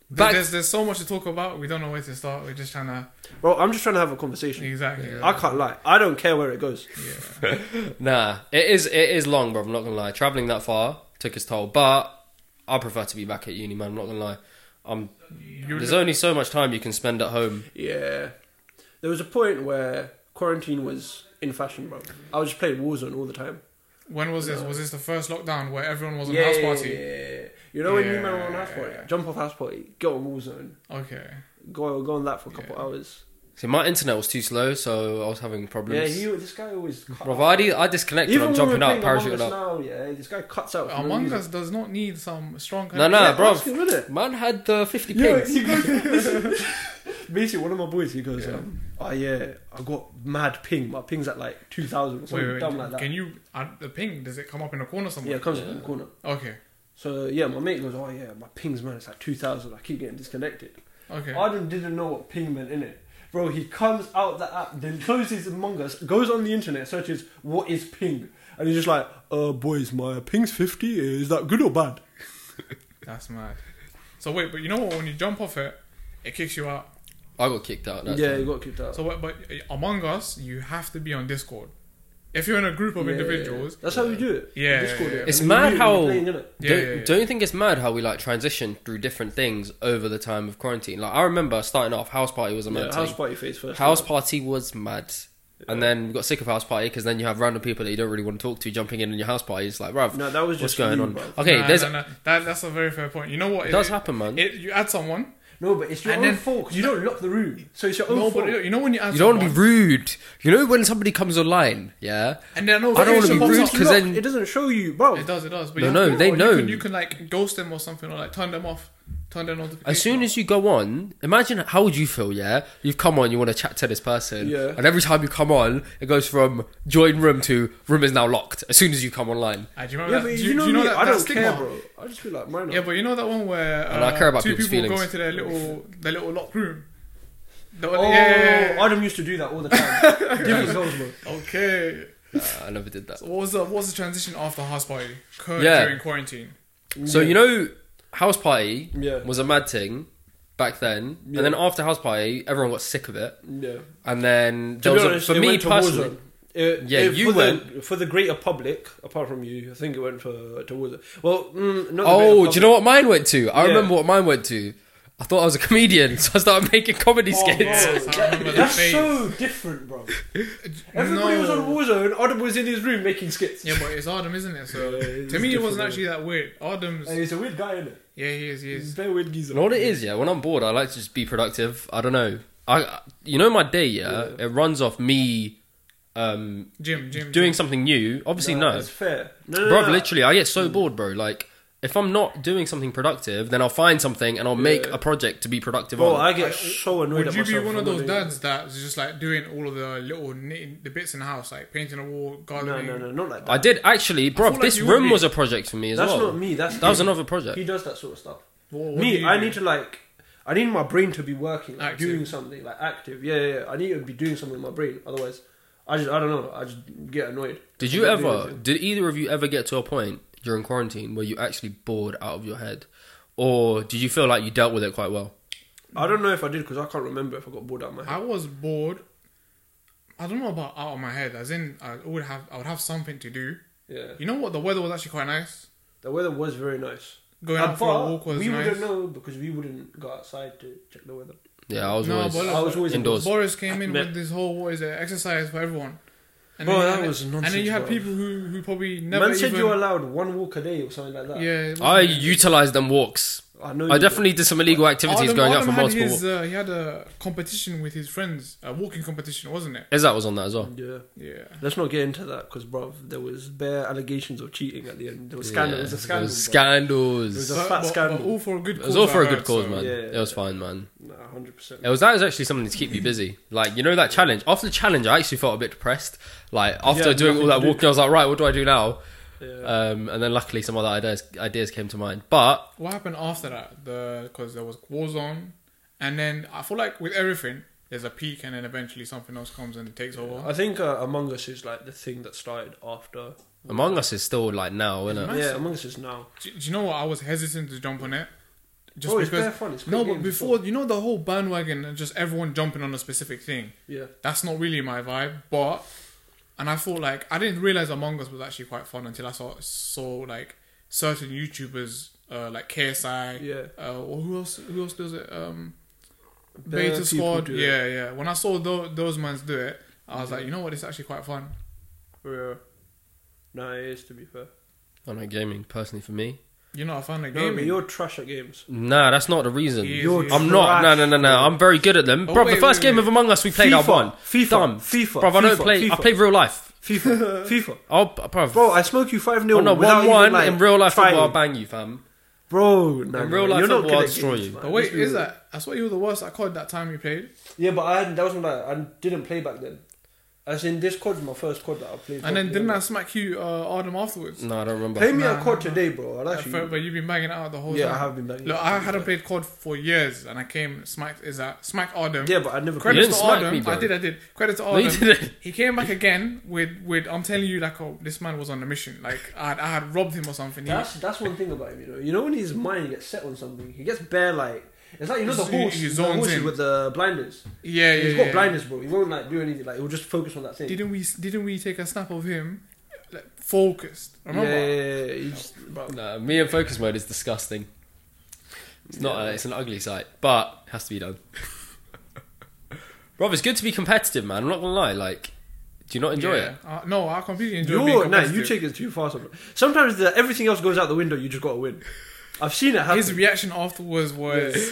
Speaker 1: Back-
Speaker 2: there's there's so much to talk about. We don't know where to start. We're just trying to
Speaker 3: Bro, I'm just trying to have a conversation.
Speaker 2: exactly.
Speaker 3: I can't lie. I don't care where it goes.
Speaker 2: Yeah.
Speaker 1: Nah, it is it is long, bro. I'm not gonna lie. Traveling that far took its toll, but I prefer to be back at uni, man. I'm not gonna lie. Um,
Speaker 2: You
Speaker 1: there's only so much time you can spend at home.
Speaker 3: Yeah. There was a point where quarantine was in fashion, bro. I was just playing Warzone all the time.
Speaker 2: when was this? Was this the first lockdown where everyone was on
Speaker 3: yeah,
Speaker 2: house
Speaker 3: yeah,
Speaker 2: party?
Speaker 3: yeah, yeah. You know when you remember on house
Speaker 2: Yeah.
Speaker 3: party? Jump off house party, go on Warzone,
Speaker 2: Okay.
Speaker 3: go, go on that for a couple
Speaker 2: Yeah.
Speaker 3: hours.
Speaker 1: See, my internet was too slow, so I was having
Speaker 3: Yeah,
Speaker 1: problems.
Speaker 3: he, this guy always. cut
Speaker 1: Bro,
Speaker 3: off.
Speaker 1: I, de- I disconnected.
Speaker 3: Even
Speaker 1: I'm
Speaker 3: when we
Speaker 1: jumping
Speaker 3: were
Speaker 1: out,
Speaker 3: playing Among
Speaker 1: parachuting
Speaker 3: Us
Speaker 1: up.
Speaker 3: now, yeah, this guy cuts out. for no
Speaker 2: Among
Speaker 3: reason.
Speaker 2: Us does not need some strong.
Speaker 1: No, no,
Speaker 3: Yeah,
Speaker 1: bro.
Speaker 3: ask him, innit?
Speaker 1: Man had the 50
Speaker 3: Yo,
Speaker 1: pings.
Speaker 3: he goes, basically, one of my boys, he goes, um, oh yeah, I got mad ping. My ping's at like 2,000 or
Speaker 2: Wait,
Speaker 3: something
Speaker 2: wait, wait.
Speaker 3: dumb like that.
Speaker 2: Can you add the ping? Does it come up in a corner
Speaker 3: yeah,
Speaker 2: somewhere?
Speaker 3: it comes
Speaker 1: Yeah.
Speaker 3: in the corner.
Speaker 2: Okay.
Speaker 3: So yeah, my mate goes, oh yeah, my ping's man, it's like 2,000. I keep getting disconnected.
Speaker 2: Okay.
Speaker 3: Arden didn't know what ping meant, innit? Bro, he comes out the app, then closes Among Us, goes on the internet, searches, what is ping? And he's just like, uh, boys, my ping's 50. Is that good or bad?
Speaker 2: That's mad. So wait, but you know what? When you jump off it, it kicks you out.
Speaker 1: I got kicked out. That
Speaker 3: yeah,
Speaker 1: time.
Speaker 3: he got kicked out.
Speaker 2: So what? But uh, Among Us, you have to be on Discord. If you're in a group of
Speaker 3: Yeah,
Speaker 2: individuals,
Speaker 3: yeah. That's how we do it.
Speaker 2: Yeah,
Speaker 3: Discord
Speaker 2: yeah,
Speaker 3: it.
Speaker 2: yeah.
Speaker 1: It's
Speaker 3: And then
Speaker 1: mad
Speaker 3: you-
Speaker 1: how-
Speaker 3: you're playing, innit?
Speaker 2: yeah,
Speaker 1: don't,
Speaker 2: yeah, yeah.
Speaker 1: don't you think it's mad how we like transition through different things over the time of quarantine? Like I remember starting off house party was a mad
Speaker 3: Yeah,
Speaker 1: thing.
Speaker 3: house party face first.
Speaker 1: House party was mad. And then we got sick of house party because then you have random people that you don't really want to talk to jumping in on your house party. It's like, bruv,
Speaker 3: No, that was
Speaker 1: what's
Speaker 3: just
Speaker 1: going
Speaker 3: you,
Speaker 1: on?
Speaker 3: bruv.
Speaker 1: Okay,
Speaker 2: Nah,
Speaker 1: there's
Speaker 2: nah, nah. That, that's a very fair point. You know what?
Speaker 1: it does happen, man.
Speaker 2: It, you add someone.
Speaker 3: No, but it's your
Speaker 2: And
Speaker 3: own
Speaker 2: then-
Speaker 3: fault. 'cause You don't lock the room, so it's your own
Speaker 2: No,
Speaker 3: fault.
Speaker 2: but you know when you add
Speaker 1: you don't want to be
Speaker 2: someone,
Speaker 1: rude. You know when somebody comes online, yeah,
Speaker 2: and then
Speaker 1: I don't wanna
Speaker 2: want to
Speaker 1: be rude
Speaker 3: It's
Speaker 1: 'cause
Speaker 3: locked,
Speaker 1: then-
Speaker 3: it doesn't show you, bro.
Speaker 2: It does, it does. But
Speaker 1: No,
Speaker 2: you
Speaker 1: no,
Speaker 2: have-
Speaker 1: they
Speaker 2: you
Speaker 1: know.
Speaker 2: Can, you can like ghost them or something, or like turn them off, turn their notifications.
Speaker 1: As soon
Speaker 2: off.
Speaker 1: as you go on, imagine how would you feel? Yeah, you've come on, you want to chat to this person,
Speaker 3: Yeah.
Speaker 1: and every time you come on, it goes from join room to room is now locked. As soon as you come online,
Speaker 2: Ah, do you remember
Speaker 3: Yeah,
Speaker 2: that?
Speaker 3: but
Speaker 2: do
Speaker 3: you,
Speaker 2: you,
Speaker 3: know,
Speaker 2: do you know
Speaker 3: me,
Speaker 2: that,
Speaker 3: I
Speaker 2: that
Speaker 3: don't
Speaker 2: stigma?
Speaker 3: care, bro. I just feel like mine.
Speaker 2: Yeah, but you know that one where uh,
Speaker 1: And I care about
Speaker 2: two
Speaker 1: people's
Speaker 2: people
Speaker 1: feelings.
Speaker 2: go into their little their little locked room. The-
Speaker 3: oh,
Speaker 2: yeah, yeah, yeah.
Speaker 3: Adam used to do that all the time. Different girls, bro.
Speaker 2: Okay.
Speaker 1: Uh, I never did that.
Speaker 2: So what was the what was the transition after house party? Cur-
Speaker 1: Yeah.
Speaker 2: During quarantine.
Speaker 1: So you know, house party
Speaker 3: Yeah.
Speaker 1: was a mad thing back then,
Speaker 3: Yeah.
Speaker 1: and then after house party, everyone got sick of it,
Speaker 3: Yeah.
Speaker 1: and then
Speaker 3: To
Speaker 1: there
Speaker 3: be
Speaker 1: was a-
Speaker 3: honest,
Speaker 1: for
Speaker 3: it
Speaker 1: me
Speaker 3: went to
Speaker 1: personally,
Speaker 3: Warzone. It-
Speaker 1: Yeah,
Speaker 3: it-
Speaker 1: you
Speaker 3: for The,
Speaker 1: went-
Speaker 3: for the greater public, apart from you, I think it went for to Warzone. Well, mm, not the greater
Speaker 1: oh, do
Speaker 3: public.
Speaker 1: you know what mine went to? I
Speaker 3: Yeah.
Speaker 1: remember what mine went to. I thought I was a comedian, so I started making comedy
Speaker 3: Oh,
Speaker 1: skits.
Speaker 2: Yes, I remember the
Speaker 3: That's
Speaker 2: phase.
Speaker 3: so different, bro. Everybody
Speaker 2: no.
Speaker 3: was on Warzone. Adam was in his room making skits.
Speaker 2: Yeah, but it's Adam, isn't it? So
Speaker 3: Yeah, it's
Speaker 2: to me, it wasn't
Speaker 3: different,
Speaker 2: actually that weird. Adam's.
Speaker 3: Hey, he's a weird guy, isn't it?
Speaker 2: Yeah, he is. He
Speaker 3: He's
Speaker 2: is.
Speaker 3: very weird geezer.
Speaker 1: You know what it is, yeah. When I'm bored, I like to just be productive. I don't know. I, you know, my day, yeah, it runs off me, um,
Speaker 2: Jim, Jim.
Speaker 1: doing
Speaker 2: Jim.
Speaker 1: something new. Obviously, no,
Speaker 3: That's fair. No, no,
Speaker 1: bro.
Speaker 3: no.
Speaker 1: Literally, I get
Speaker 3: Hmm.
Speaker 1: so bored, bro. Like, if I'm not doing something productive, then I'll find something and I'll make
Speaker 3: Yeah.
Speaker 1: a project to be productive
Speaker 3: Bro,
Speaker 1: on.
Speaker 3: I get so annoyed
Speaker 2: Would
Speaker 3: at
Speaker 2: you be
Speaker 3: myself
Speaker 2: one
Speaker 3: for
Speaker 2: of
Speaker 3: not
Speaker 2: those
Speaker 3: doing
Speaker 2: dads that's just like doing all of the little knitting, the bits in the house, like painting a wall,
Speaker 3: that. No,
Speaker 2: gardening?
Speaker 3: no, no, not like that.
Speaker 1: I did actually, bro.
Speaker 2: feel like
Speaker 1: this
Speaker 2: you would
Speaker 1: room
Speaker 2: be-
Speaker 1: was a project for me as
Speaker 3: That's
Speaker 1: well.
Speaker 3: not me. That's
Speaker 1: That was
Speaker 3: him.
Speaker 1: another project.
Speaker 3: He does that sort of stuff.
Speaker 2: What- what do
Speaker 3: me,
Speaker 2: you
Speaker 3: I
Speaker 2: do?
Speaker 3: need to like, I need my brain to be working, like,
Speaker 2: Active.
Speaker 3: doing something, like active. Yeah, yeah, yeah. I need to be doing something with my brain. Otherwise, I just, I don't know. I just get annoyed.
Speaker 1: Did
Speaker 3: I
Speaker 1: you
Speaker 3: don't do
Speaker 1: ever?
Speaker 3: anything.
Speaker 1: Did either of you ever get to a point during quarantine where you actually bored out of your head, or did you feel like you dealt with it quite well?
Speaker 3: I don't know if I did because I can't remember if I got bored out of my head.
Speaker 2: I was bored I don't know about out of my head. As in, I would have I would have something to do.
Speaker 3: Yeah,
Speaker 2: You know what? The weather was actually quite nice.
Speaker 3: the weather was very nice.
Speaker 2: Going
Speaker 3: Uh,
Speaker 2: out for
Speaker 3: but
Speaker 2: a walk was
Speaker 3: we
Speaker 2: nice.
Speaker 3: wouldn't know because we wouldn't go outside to check the weather.
Speaker 1: Yeah, I was
Speaker 2: No,
Speaker 1: always
Speaker 2: but
Speaker 3: I was always
Speaker 1: indoors.
Speaker 2: Boris came in
Speaker 3: Yeah.
Speaker 2: with this whole what is it exercise for everyone. And
Speaker 3: Bro,
Speaker 2: then-
Speaker 3: that
Speaker 2: and then-
Speaker 3: was
Speaker 2: And then
Speaker 3: nonsense,
Speaker 2: you had
Speaker 3: bro.
Speaker 2: people who who probably never
Speaker 3: Man said
Speaker 2: even.
Speaker 3: you were allowed one walk a day or something like that.
Speaker 2: yeah, it
Speaker 1: I
Speaker 2: wasn't-
Speaker 1: utilised them walks.
Speaker 3: I know.
Speaker 1: I
Speaker 3: you
Speaker 1: definitely did some illegal activities
Speaker 2: Adam-
Speaker 1: going out
Speaker 2: Adam
Speaker 1: for
Speaker 2: had
Speaker 1: multiple
Speaker 2: his,
Speaker 1: walks.
Speaker 2: uh, he had a competition with his friends, a walking competition, wasn't it?
Speaker 1: Ezat was on that as well.
Speaker 3: did. Yeah.
Speaker 2: Yeah.
Speaker 3: Let's not get into that because, bro, there was bare allegations of cheating at the end. There was scandal.
Speaker 1: Yeah,
Speaker 3: It was a
Speaker 1: there
Speaker 3: scandal.
Speaker 1: was
Speaker 3: bro.
Speaker 1: scandals.
Speaker 3: It was a
Speaker 1: It
Speaker 3: fat scandal.
Speaker 2: all for a good cause.
Speaker 1: was all
Speaker 2: I
Speaker 1: for a
Speaker 2: heard,
Speaker 1: good cause,
Speaker 2: so-
Speaker 1: man.
Speaker 3: Yeah,
Speaker 1: It was
Speaker 3: yeah.
Speaker 1: fine, man.
Speaker 3: Nah, hundred percent.
Speaker 1: It was that was actually something to keep you busy. Like you know that challenge. After the challenge, I actually felt a bit depressed. Like after
Speaker 3: Yeah,
Speaker 1: doing all
Speaker 3: nothing
Speaker 1: that
Speaker 3: to do.
Speaker 1: walking, I was like, right, what do I do now?
Speaker 3: Yeah.
Speaker 1: Um, and then luckily, some other ideas ideas came to mind. But
Speaker 2: What happened after that? The because there was war zone, and then I feel like with everything, there's a peak, and then eventually something else comes and it takes over.
Speaker 3: I think uh, Among Us is like the thing that started after.
Speaker 1: Among Us is still like now, isn't it?
Speaker 2: Nice.
Speaker 3: Yeah, Among Us is now.
Speaker 2: Do, do you know what? I was hesitant to jump on it, just
Speaker 3: Bro, Oh, it's bare
Speaker 2: because.
Speaker 3: fun. It's
Speaker 2: No,
Speaker 3: great
Speaker 2: but
Speaker 3: games,
Speaker 2: before you know the whole bandwagon and just everyone jumping on a specific thing.
Speaker 3: Yeah.
Speaker 2: That's not really my vibe, but and I thought like I didn't realize Among Us was actually quite fun until I saw saw like certain YouTubers uh, like KSI.
Speaker 3: Yeah.
Speaker 2: Uh, or who else? Who else does it? Um,
Speaker 3: Bare
Speaker 2: Beta
Speaker 3: people
Speaker 2: Squad.
Speaker 3: do it.
Speaker 2: Yeah, yeah. When I saw tho- those mans do it, I was like, you know what? It's actually quite fun.
Speaker 3: Yeah. No, it is to be fair.
Speaker 1: I don't know gaming personally for me.
Speaker 2: You're not a fan of
Speaker 3: No, but
Speaker 2: gaming.
Speaker 3: you're trash at games.
Speaker 1: Nah, that's not the reason.
Speaker 2: He is,
Speaker 3: You're
Speaker 2: he is.
Speaker 1: I'm not. No,
Speaker 3: Trash,
Speaker 1: no, no, no.
Speaker 3: bro.
Speaker 1: I'm very good at them,
Speaker 2: Oh,
Speaker 1: bro.
Speaker 2: wait,
Speaker 1: the first
Speaker 2: wait,
Speaker 1: game
Speaker 2: wait.
Speaker 1: of Among Us we played, I
Speaker 3: FIFA,
Speaker 1: won.
Speaker 3: FIFA,
Speaker 1: Dumb.
Speaker 3: FIFA,
Speaker 1: bro. I don't
Speaker 3: FIFA,
Speaker 1: play. I
Speaker 3: FIFA.
Speaker 1: play real life.
Speaker 3: FIFA, FIFA.
Speaker 1: I'll, bro.
Speaker 3: Bro, I smoke you five 0
Speaker 1: on a one-one in real life football, I'll bang you, fam.
Speaker 3: Bro, no,
Speaker 1: In
Speaker 3: no,
Speaker 1: real life
Speaker 3: you're
Speaker 1: football,
Speaker 3: not good
Speaker 1: I'll
Speaker 3: at
Speaker 1: destroy
Speaker 3: games,
Speaker 1: you.
Speaker 3: man.
Speaker 2: But wait,
Speaker 3: Let's be
Speaker 2: is
Speaker 3: real.
Speaker 2: that? I thought you were the worst. I called that time you played,
Speaker 3: Yeah, but I that wasn't like I didn't play back then. As in, this quad's my first quad that I played.
Speaker 2: and then
Speaker 3: properly.
Speaker 2: didn't I smack you, uh, Adam, afterwards?
Speaker 1: No, I don't remember.
Speaker 3: Play me
Speaker 2: Nah,
Speaker 3: a quad
Speaker 2: nah.
Speaker 3: today, bro. I'll
Speaker 2: Uh,
Speaker 3: Mm, actually.
Speaker 2: for- but you've been banging it out the whole
Speaker 3: yeah,
Speaker 2: time.
Speaker 3: I have been back.
Speaker 2: Look, I hadn't played COD for years, and I came smacked is that smack Adam.
Speaker 3: Yeah, but I never.
Speaker 1: You
Speaker 2: Credit
Speaker 1: didn't
Speaker 2: to
Speaker 1: smack
Speaker 2: Adam.
Speaker 1: me, bro.
Speaker 2: I did. I did. Credit to
Speaker 1: No,
Speaker 2: Adam.
Speaker 1: you didn't.
Speaker 2: He came back again with with. I'm telling you, like, oh, this man was on a mission. Like, I had, I had robbed him or something. He-
Speaker 3: That's that's one thing about him, you know. You know when his mind gets set on something, he gets bare like it's like you know the
Speaker 2: He- he
Speaker 3: horse, the
Speaker 2: zones
Speaker 3: horses
Speaker 2: in.
Speaker 3: with the blinders.
Speaker 2: yeah, yeah.
Speaker 3: He's got
Speaker 2: yeah.
Speaker 3: blinders, bro. He won't like do anything. Like he'll just focus on that thing.
Speaker 2: Didn't we? Didn't we take a snap of him, like, focused?
Speaker 3: yeah,
Speaker 2: Remember?
Speaker 3: yeah, yeah, yeah. He just- bro.
Speaker 1: Nah, me in focus mode is disgusting. It's not. A, it's an ugly sight, but it has to be done. Rob, it's good to be competitive, man. I'm not gonna lie. Like, do you not enjoy
Speaker 2: Yeah.
Speaker 1: it?
Speaker 2: Uh, no, I completely enjoy being
Speaker 3: You're, nah, you
Speaker 2: competitive.
Speaker 3: take it too far. Sometimes, sometimes the, everything else goes out the window. You just gotta win. I've seen it happen,
Speaker 2: His reaction afterwards was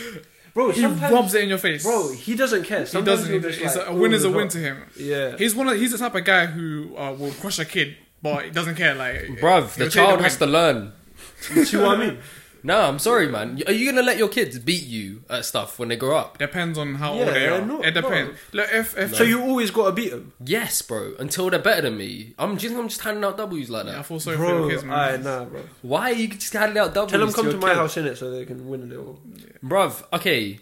Speaker 3: bro.
Speaker 2: he
Speaker 3: sometimes-
Speaker 2: rubs it in your face.
Speaker 3: bro. He doesn't care.
Speaker 2: he
Speaker 3: Sometimes
Speaker 2: doesn't.
Speaker 3: he'll just,
Speaker 2: it's
Speaker 3: like,
Speaker 2: a, a
Speaker 3: throw
Speaker 2: win is
Speaker 3: the
Speaker 2: a win
Speaker 3: result.
Speaker 2: to him.
Speaker 3: Yeah,
Speaker 2: He's one of he's the type of guy who uh, will crush a kid, but he doesn't care. Like,
Speaker 1: Bruv, the child has to learn.
Speaker 3: you see what I mean?
Speaker 1: No, I'm sorry, man. Are you gonna let your kids beat you at stuff when they grow up?
Speaker 2: Depends on how
Speaker 3: Yeah,
Speaker 2: old they are.
Speaker 3: no,
Speaker 2: it depends. Look, if if
Speaker 3: So you always gotta beat him.
Speaker 1: Yes, bro. Until they're better than me, I'm just I'm just handing out W's like
Speaker 2: I
Speaker 1: that.
Speaker 2: feel sorry for
Speaker 3: Bro,
Speaker 2: your kids, man.
Speaker 3: aye, nah, bro.
Speaker 1: Why are you just handing out W's?
Speaker 3: Tell them come
Speaker 1: your
Speaker 3: to my
Speaker 1: kid?
Speaker 3: house in it so they can win a little.
Speaker 1: Bruv, okay.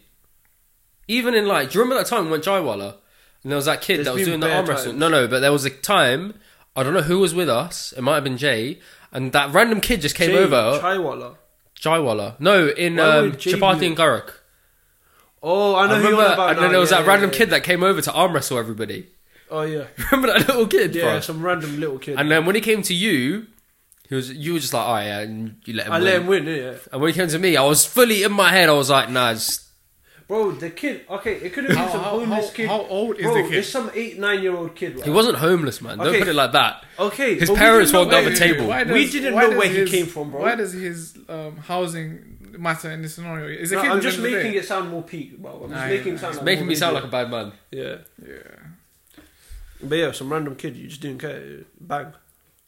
Speaker 1: Even in like, do you remember that time we went Jaiwala? And there was that kid
Speaker 3: There's
Speaker 1: that was
Speaker 3: been
Speaker 1: doing the
Speaker 3: bare
Speaker 1: arm wrestle.
Speaker 3: times.
Speaker 1: No, no, but there was a time, I don't know who was with us, it might have been Jay, and that random kid just came
Speaker 3: Jay,
Speaker 1: over.
Speaker 3: Chaiwala.
Speaker 1: Jaiwala. No, in
Speaker 3: Why
Speaker 1: um,
Speaker 3: would Jay
Speaker 1: Chapati
Speaker 3: be-
Speaker 1: and Garak.
Speaker 3: Oh, I
Speaker 1: I
Speaker 3: know who
Speaker 1: remember,
Speaker 3: you're on about.
Speaker 1: and then
Speaker 3: now.
Speaker 1: there was
Speaker 3: Yeah,
Speaker 1: that
Speaker 3: yeah,
Speaker 1: random
Speaker 3: yeah.
Speaker 1: kid that came over to arm wrestle everybody.
Speaker 3: Oh yeah,
Speaker 1: Remember that little kid,
Speaker 3: yeah,
Speaker 1: bro?
Speaker 3: some random little kid.
Speaker 1: And then when he came to you, he was you were just like, oh yeah, and you let him
Speaker 3: I
Speaker 1: win.
Speaker 3: let him win, yeah.
Speaker 1: And when he came to me, I was fully in my head, I was like, nah, it's
Speaker 3: Bro, the kid. Okay, it could have
Speaker 2: How-
Speaker 3: been some
Speaker 2: how-
Speaker 3: homeless
Speaker 2: how-
Speaker 3: kid.
Speaker 2: how old is
Speaker 3: Bro,
Speaker 2: the kid?
Speaker 3: It's some eight, nine-year-old kid. Right?
Speaker 1: He wasn't homeless, man. Don't
Speaker 3: Okay.
Speaker 1: put it like that.
Speaker 3: Okay,
Speaker 1: His
Speaker 3: but we
Speaker 1: parents
Speaker 3: didn't
Speaker 1: walked
Speaker 3: know
Speaker 1: up
Speaker 3: where-
Speaker 1: the table.
Speaker 2: why
Speaker 3: We didn't
Speaker 2: why
Speaker 3: know
Speaker 2: does
Speaker 3: where he came from, bro.
Speaker 2: Why does his um, housing matter in this scenario? Is a
Speaker 3: No,
Speaker 2: kid at
Speaker 3: I'm
Speaker 2: the
Speaker 3: just
Speaker 2: end of the
Speaker 3: making
Speaker 2: day.
Speaker 3: it sound more peak, bro. I'm just
Speaker 2: Nah,
Speaker 3: making
Speaker 2: yeah,
Speaker 3: it sound.
Speaker 2: it's
Speaker 3: like
Speaker 1: Making
Speaker 3: more
Speaker 1: me sound like
Speaker 3: peak.
Speaker 1: a bad man.
Speaker 3: Yeah,
Speaker 2: Yeah.
Speaker 3: but yeah, some random kid. You just didn't care. Bang.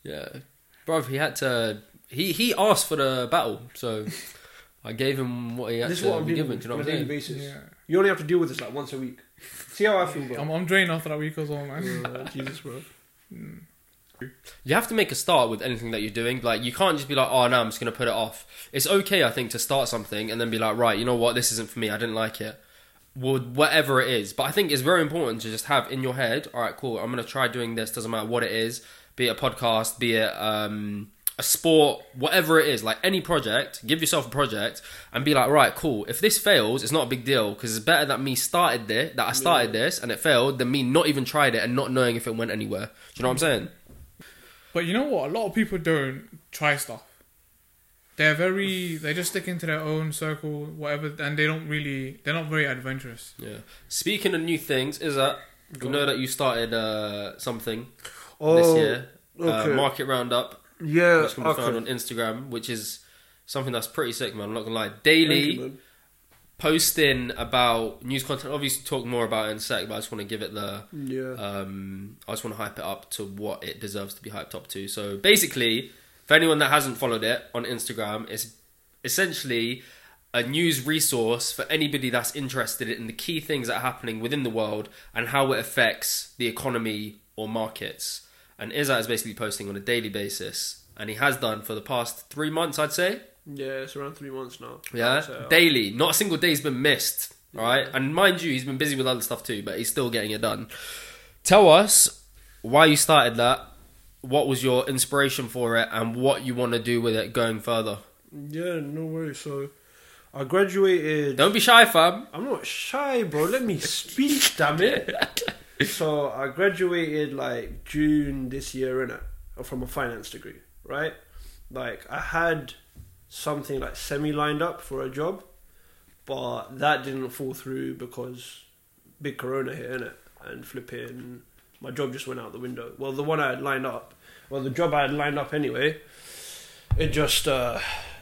Speaker 1: Yeah, bro. He had to. He he asked for the battle, so I gave him what he had
Speaker 3: This is
Speaker 1: to
Speaker 3: what I'm
Speaker 1: be
Speaker 3: doing
Speaker 1: given.
Speaker 3: on
Speaker 1: Do you know
Speaker 3: a
Speaker 1: what I'm
Speaker 3: daily
Speaker 1: saying?
Speaker 3: basis.
Speaker 2: Yeah.
Speaker 3: You only have to deal with this like once a week. See how I feel, bro.
Speaker 2: I'm, I'm drained after that week as well, man.
Speaker 3: Uh, Jesus, bro.
Speaker 1: You have to make a start with anything that you're doing. Like you can't just be like, oh no, I'm just gonna put it off. It's okay, I think, to start something and then be like, right, you know what, this isn't for me. I didn't like it. Well, whatever it is, but I think it's very important to just have in your head. All right, cool. I'm gonna try doing this. Doesn't matter what it is. Be it a podcast, be it um, a sport, whatever it is, like any project, give yourself a project and be like, right, cool. If this fails, it's not a big deal because it's better that me started it, that I started this and it failed, than me not even tried it and not knowing if it went anywhere. Do you know what I'm saying?
Speaker 2: But you know what? A lot of people don't try stuff. They're very. They just stick into their own circle, whatever, and they don't really. They're not very adventurous.
Speaker 1: Yeah. Speaking of new things, is that you know that you started uh, something
Speaker 3: Oh,
Speaker 1: this year,
Speaker 3: okay.
Speaker 1: uh, market roundup,
Speaker 3: yeah,
Speaker 1: which can be found on Instagram, which is something that's pretty sick, man. I'm not gonna lie. Daily. posting about news content. Obviously, talk more about it in a sec, but I just want to give it the.
Speaker 3: Yeah.
Speaker 1: Um, I just want to hype it up to what it deserves to be hyped up to. So basically, for anyone that hasn't followed it on Instagram, it's essentially a news resource for anybody that's interested in the key things that are happening within the world and how it affects the economy or markets. And Izzat is basically posting on a daily basis, and he has done for the past three months, I'd say.
Speaker 3: yeah, it's around three months now.
Speaker 1: Yeah,
Speaker 3: So-
Speaker 1: daily. Not a single day's been missed, right?
Speaker 3: Yeah.
Speaker 1: And mind you, he's been busy with other stuff too, but he's still getting it done. Tell us why you started that. What was your inspiration for it, and what you want to do with it going further?
Speaker 3: Yeah, no worries. So, I graduated.
Speaker 1: Don't be shy, fam.
Speaker 3: I'm not shy, bro. Let me speak, damn it. so I graduated like June this year, innit? From a finance degree, right? Like I had something like semi lined up for a job, but that didn't fall through because big corona hit, innit? And flipping my job just went out the window. Well the one I had lined up well the job I had lined up anyway, it just uh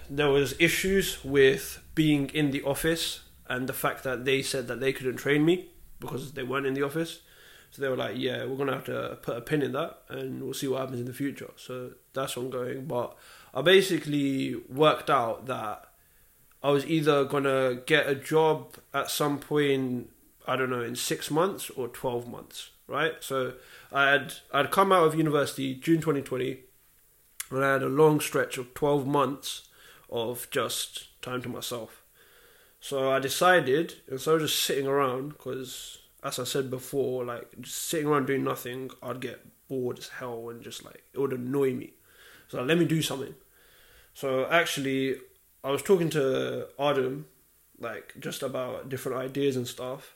Speaker 3: there was issues with being in the office and the fact that they said that they couldn't train me because they weren't in the office. So they were like, "Yeah, we're gonna have to put a pin in that, and we'll see what happens in the future." So that's ongoing. But I basically worked out that I was either gonna get a job at some point, I don't know, in six months or twelve months, right? So I had I'd come out of university June 2020, and I had a long stretch of twelve months of just time to myself. So I decided, instead of just sitting around, because as I said before, like just sitting around doing nothing, I'd get bored as hell and just like it would annoy me. So let me do something. So actually, I was talking to Adam, like just about different ideas and stuff,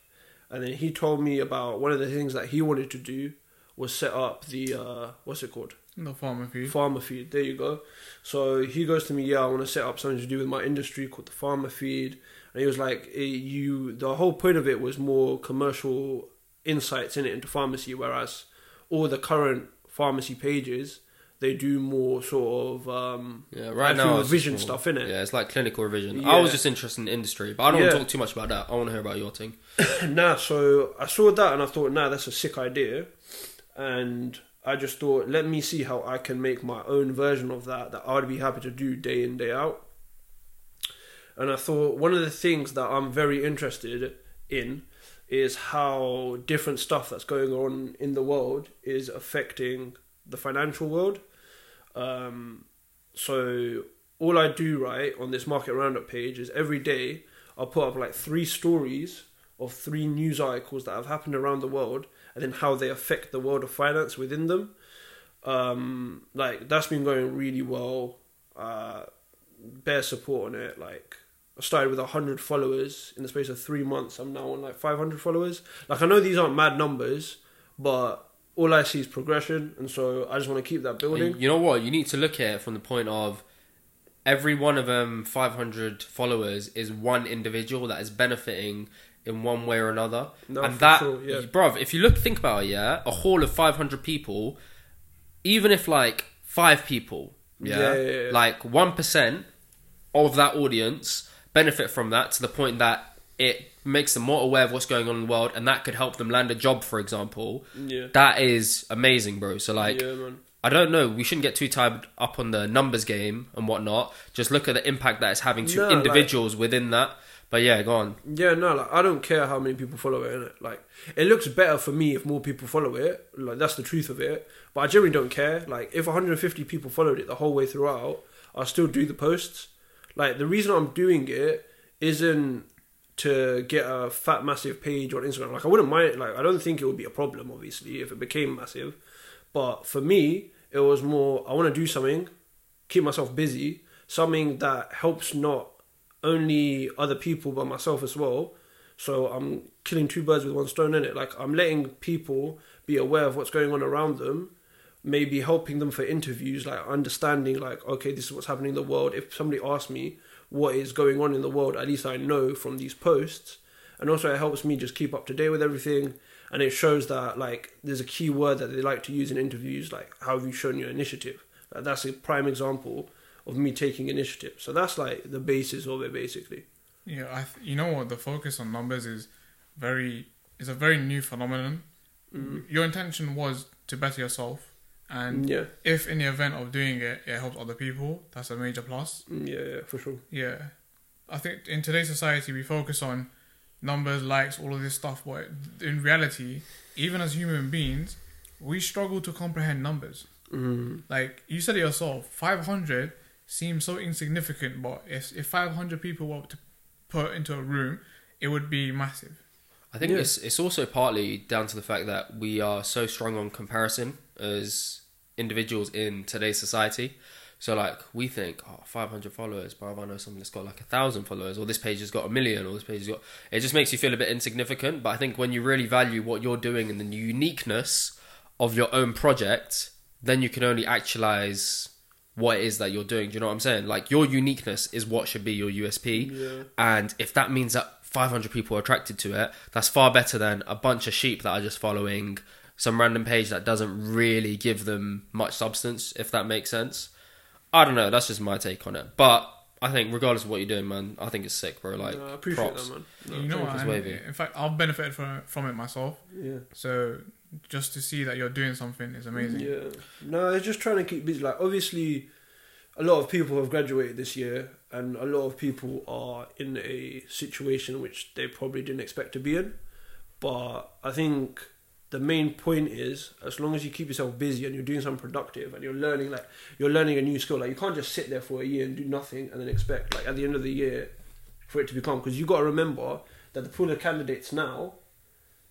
Speaker 3: and then he told me about one of the things that he wanted to do was set up the uh, what's it called
Speaker 2: The farmer feed.
Speaker 3: Farmer feed. There you go. So he goes to me, yeah, I want to set up something to do with my industry called the farmer feed. And he was like, eh, you. The whole point of it was more commercial insights in it into pharmacy, whereas all the current pharmacy pages they do more sort of um,
Speaker 1: Yeah, right
Speaker 3: actual
Speaker 1: now it's
Speaker 3: revision
Speaker 1: just more-
Speaker 3: stuff in it.
Speaker 1: Yeah, it's like clinical revision. I was
Speaker 3: Yeah.
Speaker 1: just interested in industry, but I don't want
Speaker 3: Yeah.
Speaker 1: to talk too much about that. I want to hear about your thing.
Speaker 3: nah, so I saw that and I thought, nah, that's a sick idea. And I just thought, let me see how I can make my own version of that that I'd be happy to do day in, day out. And I thought, one of the things that I'm very interested in is how different stuff that's going on in the world is affecting the financial world. Um, so all I do right on this market roundup page is every day I'll put up like three stories of three news articles that have happened around the world and then how they affect the world of finance within them. Um, like that's been going really well. Uh, bear support on it. Like I started with hundred followers in the space of three months. I'm now on like 500 followers. Like I know these aren't mad numbers, but all I see is progression, and so I just want to keep that building.
Speaker 1: And you know what? You need to look at it from the point of every one of them 500 followers is one individual that is benefiting in one way or another.
Speaker 3: No,
Speaker 1: and
Speaker 3: for
Speaker 1: that,
Speaker 3: sure, yeah.
Speaker 1: bruv, if you look, think about it, yeah, a hall of 500 people, even if like five people, yeah,
Speaker 3: Yeah, yeah, yeah.
Speaker 1: like 1% of that audience benefit from that to the point that it makes them more aware of what's going on in the world and that could help them land a job, for example.
Speaker 3: Yeah.
Speaker 1: That is amazing, bro. So, like,
Speaker 3: yeah, man.
Speaker 1: I don't know. We shouldn't get too tied up on the numbers game and whatnot. Just look at the impact that it's having to
Speaker 3: No, like-
Speaker 1: individuals within that. But yeah, go on.
Speaker 3: Yeah, no, like I don't care how many people follow it. Innit? Like it looks better for me if more people follow it. Like that's the truth of it. But I generally don't care. Like if 150 people followed it the whole way throughout, I still do the posts. Like the reason I'm doing it isn't to get a fat massive page on Instagram. Like I wouldn't mind. Like I don't think it would be a problem, obviously, if it became massive. But for me, it was more I want to do something keep myself busy, something that helps not only other people but myself as well. So I'm killing two birds with one stone in it. Like I'm letting people be aware of what's going on around them, maybe helping them for interviews, like understanding like okay, this is what's happening in the world. If somebody asks me what is going on in the world, at least I know from these posts. And also it helps me just keep up to date with everything and it shows that like there's a key word that they like to use in interviews like how have you shown your initiative like, that's a prime example of me taking initiative so that's like the basis of it basically
Speaker 2: Yeah, I th- you know what the focus on numbers is very is a very new phenomenon.
Speaker 3: Mm.
Speaker 2: Your intention was to better yourself, and
Speaker 3: yeah
Speaker 2: if in the event of doing it, it helps other people, that's a major plus.
Speaker 3: Mm, yeah yeah for sure
Speaker 2: Yeah, I think in today's society we focus on numbers, likes, all of this stuff, but in reality, even as human beings, we struggle to comprehend numbers.
Speaker 3: mm.
Speaker 2: Like you said it yourself, 500 seems so insignificant, but if, if 500 people were to put into a room, it would be massive.
Speaker 1: I think
Speaker 3: Yeah.
Speaker 1: it's it's also partly down to the fact that we are so strong on comparison as individuals in today's society. So like we think, oh, 500 followers, but I know someone that's got like a thousand followers, or this page has got a million, or this page has got. It just makes you feel a bit insignificant. But I think when you really value what you're doing and the uniqueness of your own project, then you can only actualize what it is that you're doing. Do you know what I'm saying? Like your uniqueness is what should be your USP.
Speaker 3: Yeah.
Speaker 1: And if that means that 500 people are attracted to it, that's far better than a bunch of sheep that are just following some random page that doesn't really give them much substance, if that makes sense. I don't know. That's just my take on it. But I think, regardless of what you're doing, man, I think it's sick, bro. Like,
Speaker 3: No, i appreciate
Speaker 1: props.
Speaker 3: that man
Speaker 2: you know,
Speaker 1: think
Speaker 2: what,
Speaker 1: it's
Speaker 2: and
Speaker 1: wavy.
Speaker 2: in fact, I've benefited from, from it myself.
Speaker 3: yeah
Speaker 2: So just to see that you're doing something is amazing.
Speaker 3: Yeah. No, they're just trying to keep busy. Like obviously, a lot of people have graduated this year, and a lot of people are in a situation which they probably didn't expect to be in. But I think the main point is as long as you keep yourself busy and you're doing something productive and you're learning like you're learning a new skill like you can't just sit there for a year and do nothing and then expect like at the end of the year for it to become because you got to remember that the pool of candidates now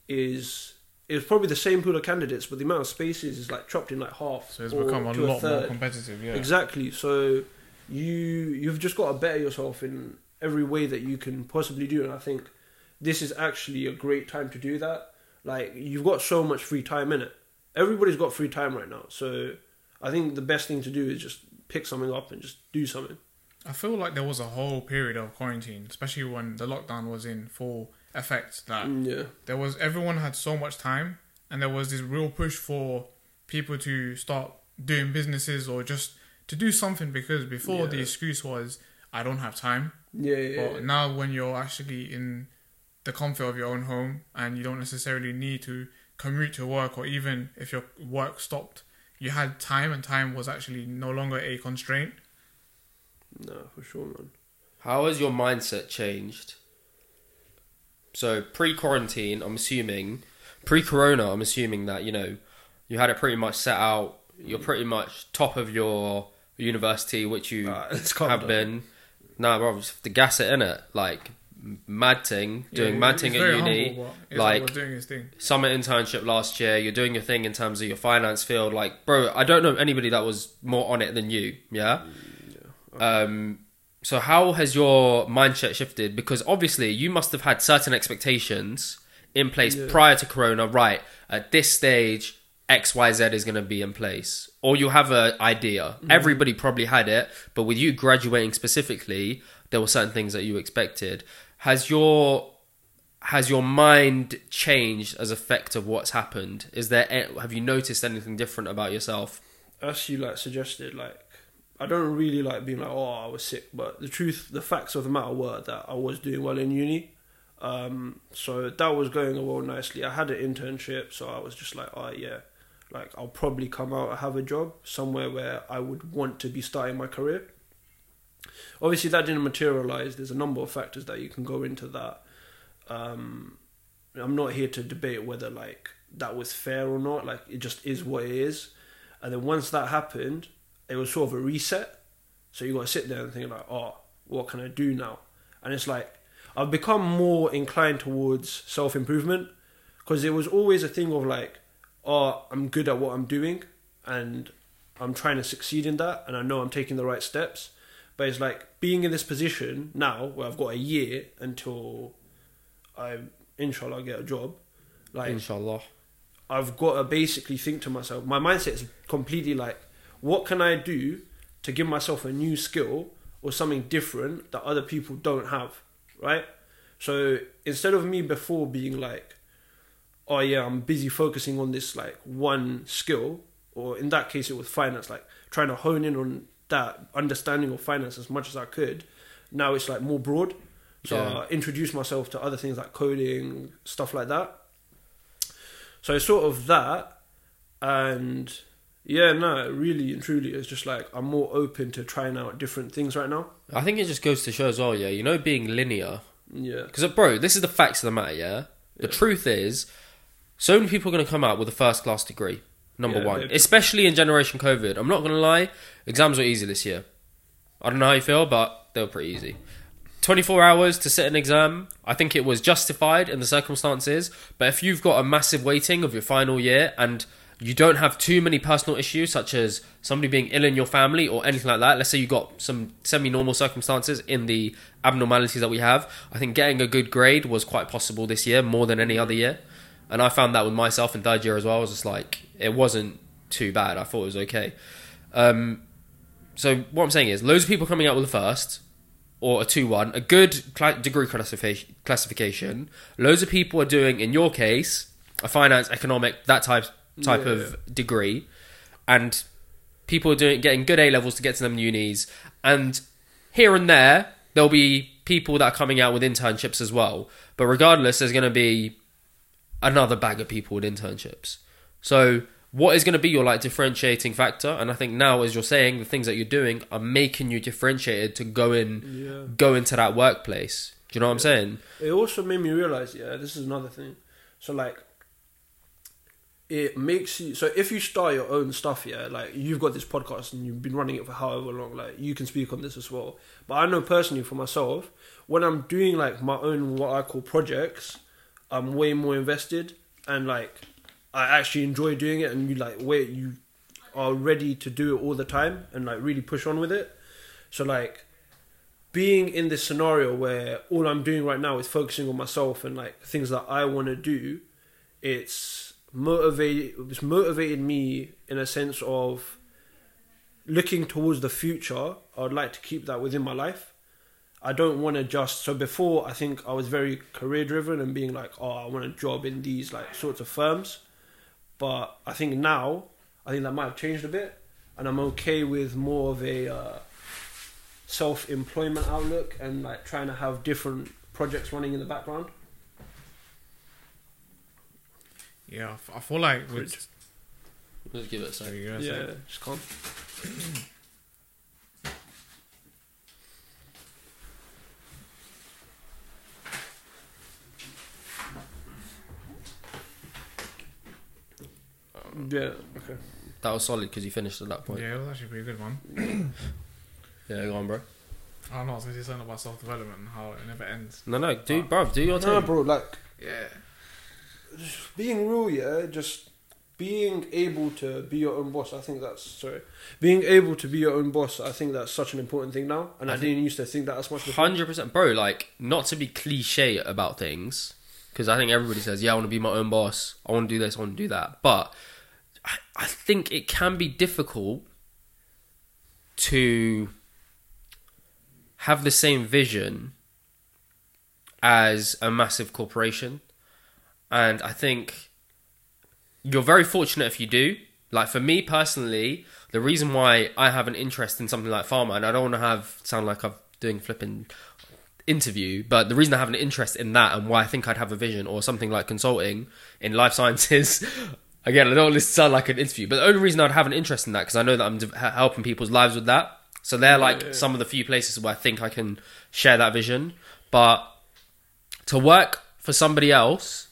Speaker 3: is it's probably the same pool of candidates, but the amount of spaces is like chopped in like half.
Speaker 2: So it's
Speaker 3: or
Speaker 2: become a
Speaker 3: to
Speaker 2: lot more
Speaker 3: third.
Speaker 2: competitive. Yeah.
Speaker 3: Exactly. So you you've just got to better yourself in every way that you can possibly do, and I think this is actually a great time to do that. Like you've got so much free time in it. Everybody's got free time right now, so I think the best thing to do is just pick something up and just do something.
Speaker 2: I feel like there was a whole period of quarantine, especially when the lockdown was in full effect,
Speaker 1: Ah.
Speaker 2: that
Speaker 3: Mm, yeah.
Speaker 2: there was everyone had so much time and there was this real push for people to start doing businesses or just to do something because before the
Speaker 3: Yeah.
Speaker 2: excuse was I don't have time.
Speaker 3: Yeah, yeah, yeah.
Speaker 2: But now when you're actually in the comfort of your own home and you don't necessarily need to commute to work or even if your work stopped, you had time and time was actually no longer a constraint.
Speaker 3: No, for sure, man.
Speaker 1: How has your mindset changed? So pre quarantine, I'm assuming pre corona, I'm assuming that, you know, you had it pretty much set out, you're pretty much top of your university, which you
Speaker 3: Nah, it's calm
Speaker 1: have
Speaker 3: down.
Speaker 1: been. Nah, bro, just the gas it in it. Like m- mad thing, doing
Speaker 2: Yeah,
Speaker 1: mad
Speaker 2: it's
Speaker 1: thing at
Speaker 2: very
Speaker 1: uni
Speaker 2: humble, but it's
Speaker 1: like-
Speaker 2: was doing his thing.
Speaker 1: summer internship last year. You're doing your thing in terms of your finance field. Like, bro, I don't know anybody that was more on it than you. Yeah. Um. So how has your mindset shifted? Because obviously you must have had certain expectations in place
Speaker 3: Yeah.
Speaker 1: prior to Corona. Right at this stage, X Y Z is going to be in place, or you have an idea. Everybody probably had it, but with you graduating specifically, there were certain things that you expected. Has your has your mind changed as effect of what's happened? Is there have you noticed anything different about yourself?
Speaker 3: as you like suggested, like I don't really like being like, oh, I was sick, but the truth, the facts of the matter were that I was doing well in uni, um, so that was going well nicely. I had an internship, so I was just like, oh yeah, like I'll probably come out and have a job somewhere where I would want to be starting my career. Obviously, that didn't materialize. There's a number of factors that you can go into that. Um, I'm not here to debate whether like that was fair or not. Like it just is what it is. And then once that happened, it was sort of a reset. So you got to sit there and think like, oh, what can I do now? And it's like I've become more inclined towards self improvement because it was always a thing of like, oh, I'm good at what I'm doing, and I'm trying to succeed in that and I know I'm taking the right steps. But it's like being in this position now where I've got a year until I inshallah get a job. Like
Speaker 1: Inshallah.
Speaker 3: I've got to basically think to myself, my mindset is completely like, what can I do to give myself a new skill or something different that other people don't have, right? So instead of me before being like, oh yeah, I'm busy focusing on this like one skill, or in that case it was finance, like trying to hone in on that understanding of finance as much as I could. Now it's like more broad. So
Speaker 1: Yeah.
Speaker 3: I introduce myself to other things like coding, stuff like that. So it's sort of that, and yeah, no, really and truly, it's just like I'm more open to trying out different things right now.
Speaker 1: I think it just goes to show as well, yeah. You know, being linear.
Speaker 3: Yeah,
Speaker 1: Because, bro, this is the facts of the matter, yeah? The truth is, so many people are going to come out with a first class degree, number
Speaker 3: Yeah,
Speaker 1: one.
Speaker 3: they-
Speaker 1: Especially in Generation COVID. I'm not going to lie, exams were easy this year. I don't know how you feel, but they were pretty easy. 24 hours to sit an exam, I think it was justified in the circumstances. But if you've got a massive weighting of your final year and you don't have too many personal issues, such as somebody being ill in your family or anything like that, let's say you got some semi normal circumstances in the abnormalities that we have, I think getting a good grade was quite possible this year more than any other year. And I found that with myself in third year as well. I was just like, it wasn't too bad. I thought it was okay. Um, so what I'm saying is, loads of people coming out with a first or a two-one, a good cla degree classification. Classification. Loads of people are doing, in your case, a finance, economic, that type type
Speaker 3: Yeah.
Speaker 1: of degree, and people are doing getting good A levels to get to them unis, and here and there there'll be people that are coming out with internships as well. But regardless, there's going to be another bag of people with internships. So, what is going to be your like differentiating factor? And I think now, as you're saying, the things that you're doing are making you differentiated to go in,
Speaker 3: yeah.
Speaker 1: go into that workplace. Do you know what I'm saying?
Speaker 3: It also made me realize, yeah, this is another thing. So like, it makes you. So if you start your own stuff, yeah, like you've got this podcast and you've been running it for however long, like you can speak on this as well. But I know personally for myself, when I'm doing like my own what I call projects, I'm way more invested and like I actually enjoy doing it. And you like wait, you are ready to do it all the time and like really push on with it. So like being in this scenario where all I'm doing right now is focusing on myself and like things that I want to do, it's motivated. It's motivated me in a sense of looking towards the future. I'd like to keep that within my life. I don't want to just. So before, I think I was very career driven and being like, oh, I want a job in these like sorts of firms. But I think now, I think that might have changed a bit, and I'm okay with more of a. Uh, self employment outlook and like trying to have different projects running in the background.
Speaker 2: Yeah, I f- I feel like with
Speaker 1: Let's give it a
Speaker 2: Sorry, you were gonna
Speaker 3: yeah,
Speaker 2: say-
Speaker 3: just calm. Yeah. Um, Okay.
Speaker 1: That was solid because you finished at that point. Yeah,
Speaker 2: yeah, it was actually a pretty good one.
Speaker 1: go on, bro.
Speaker 2: I don't know, I was gonna say something about self development and how it never ends.
Speaker 1: No, no, do, bruv, do your
Speaker 3: Nah,
Speaker 1: thing.
Speaker 3: bro. Like
Speaker 2: Yeah.
Speaker 3: being real, yeah, just being able to be your own boss. I think that's sorry. Being able to be your own boss. I think that's such an important thing now, and I,
Speaker 1: I think-
Speaker 3: didn't used to think that as much. Before.
Speaker 1: Hundred percent, bro. Like, not to be cliche about things, because I think everybody says, "Yeah, I want to be my own boss. I want to do this. I want to do that." But I, I think it can be difficult to have the same vision as a massive corporation, and I think you're very fortunate if you do. Like for me personally, the reason why I have an interest in something like pharma, and I don't want to have sound like I'm doing flipping interview, but the reason I have an interest in that and why I think I'd have a vision or something like consulting in life sciences. Again, I don't want this to sound like an interview, but the only reason I'd have an interest in that because I know that I'm de- he- helping people's lives with that. So they're like some of the few places where I think I can share that vision. But to work for somebody else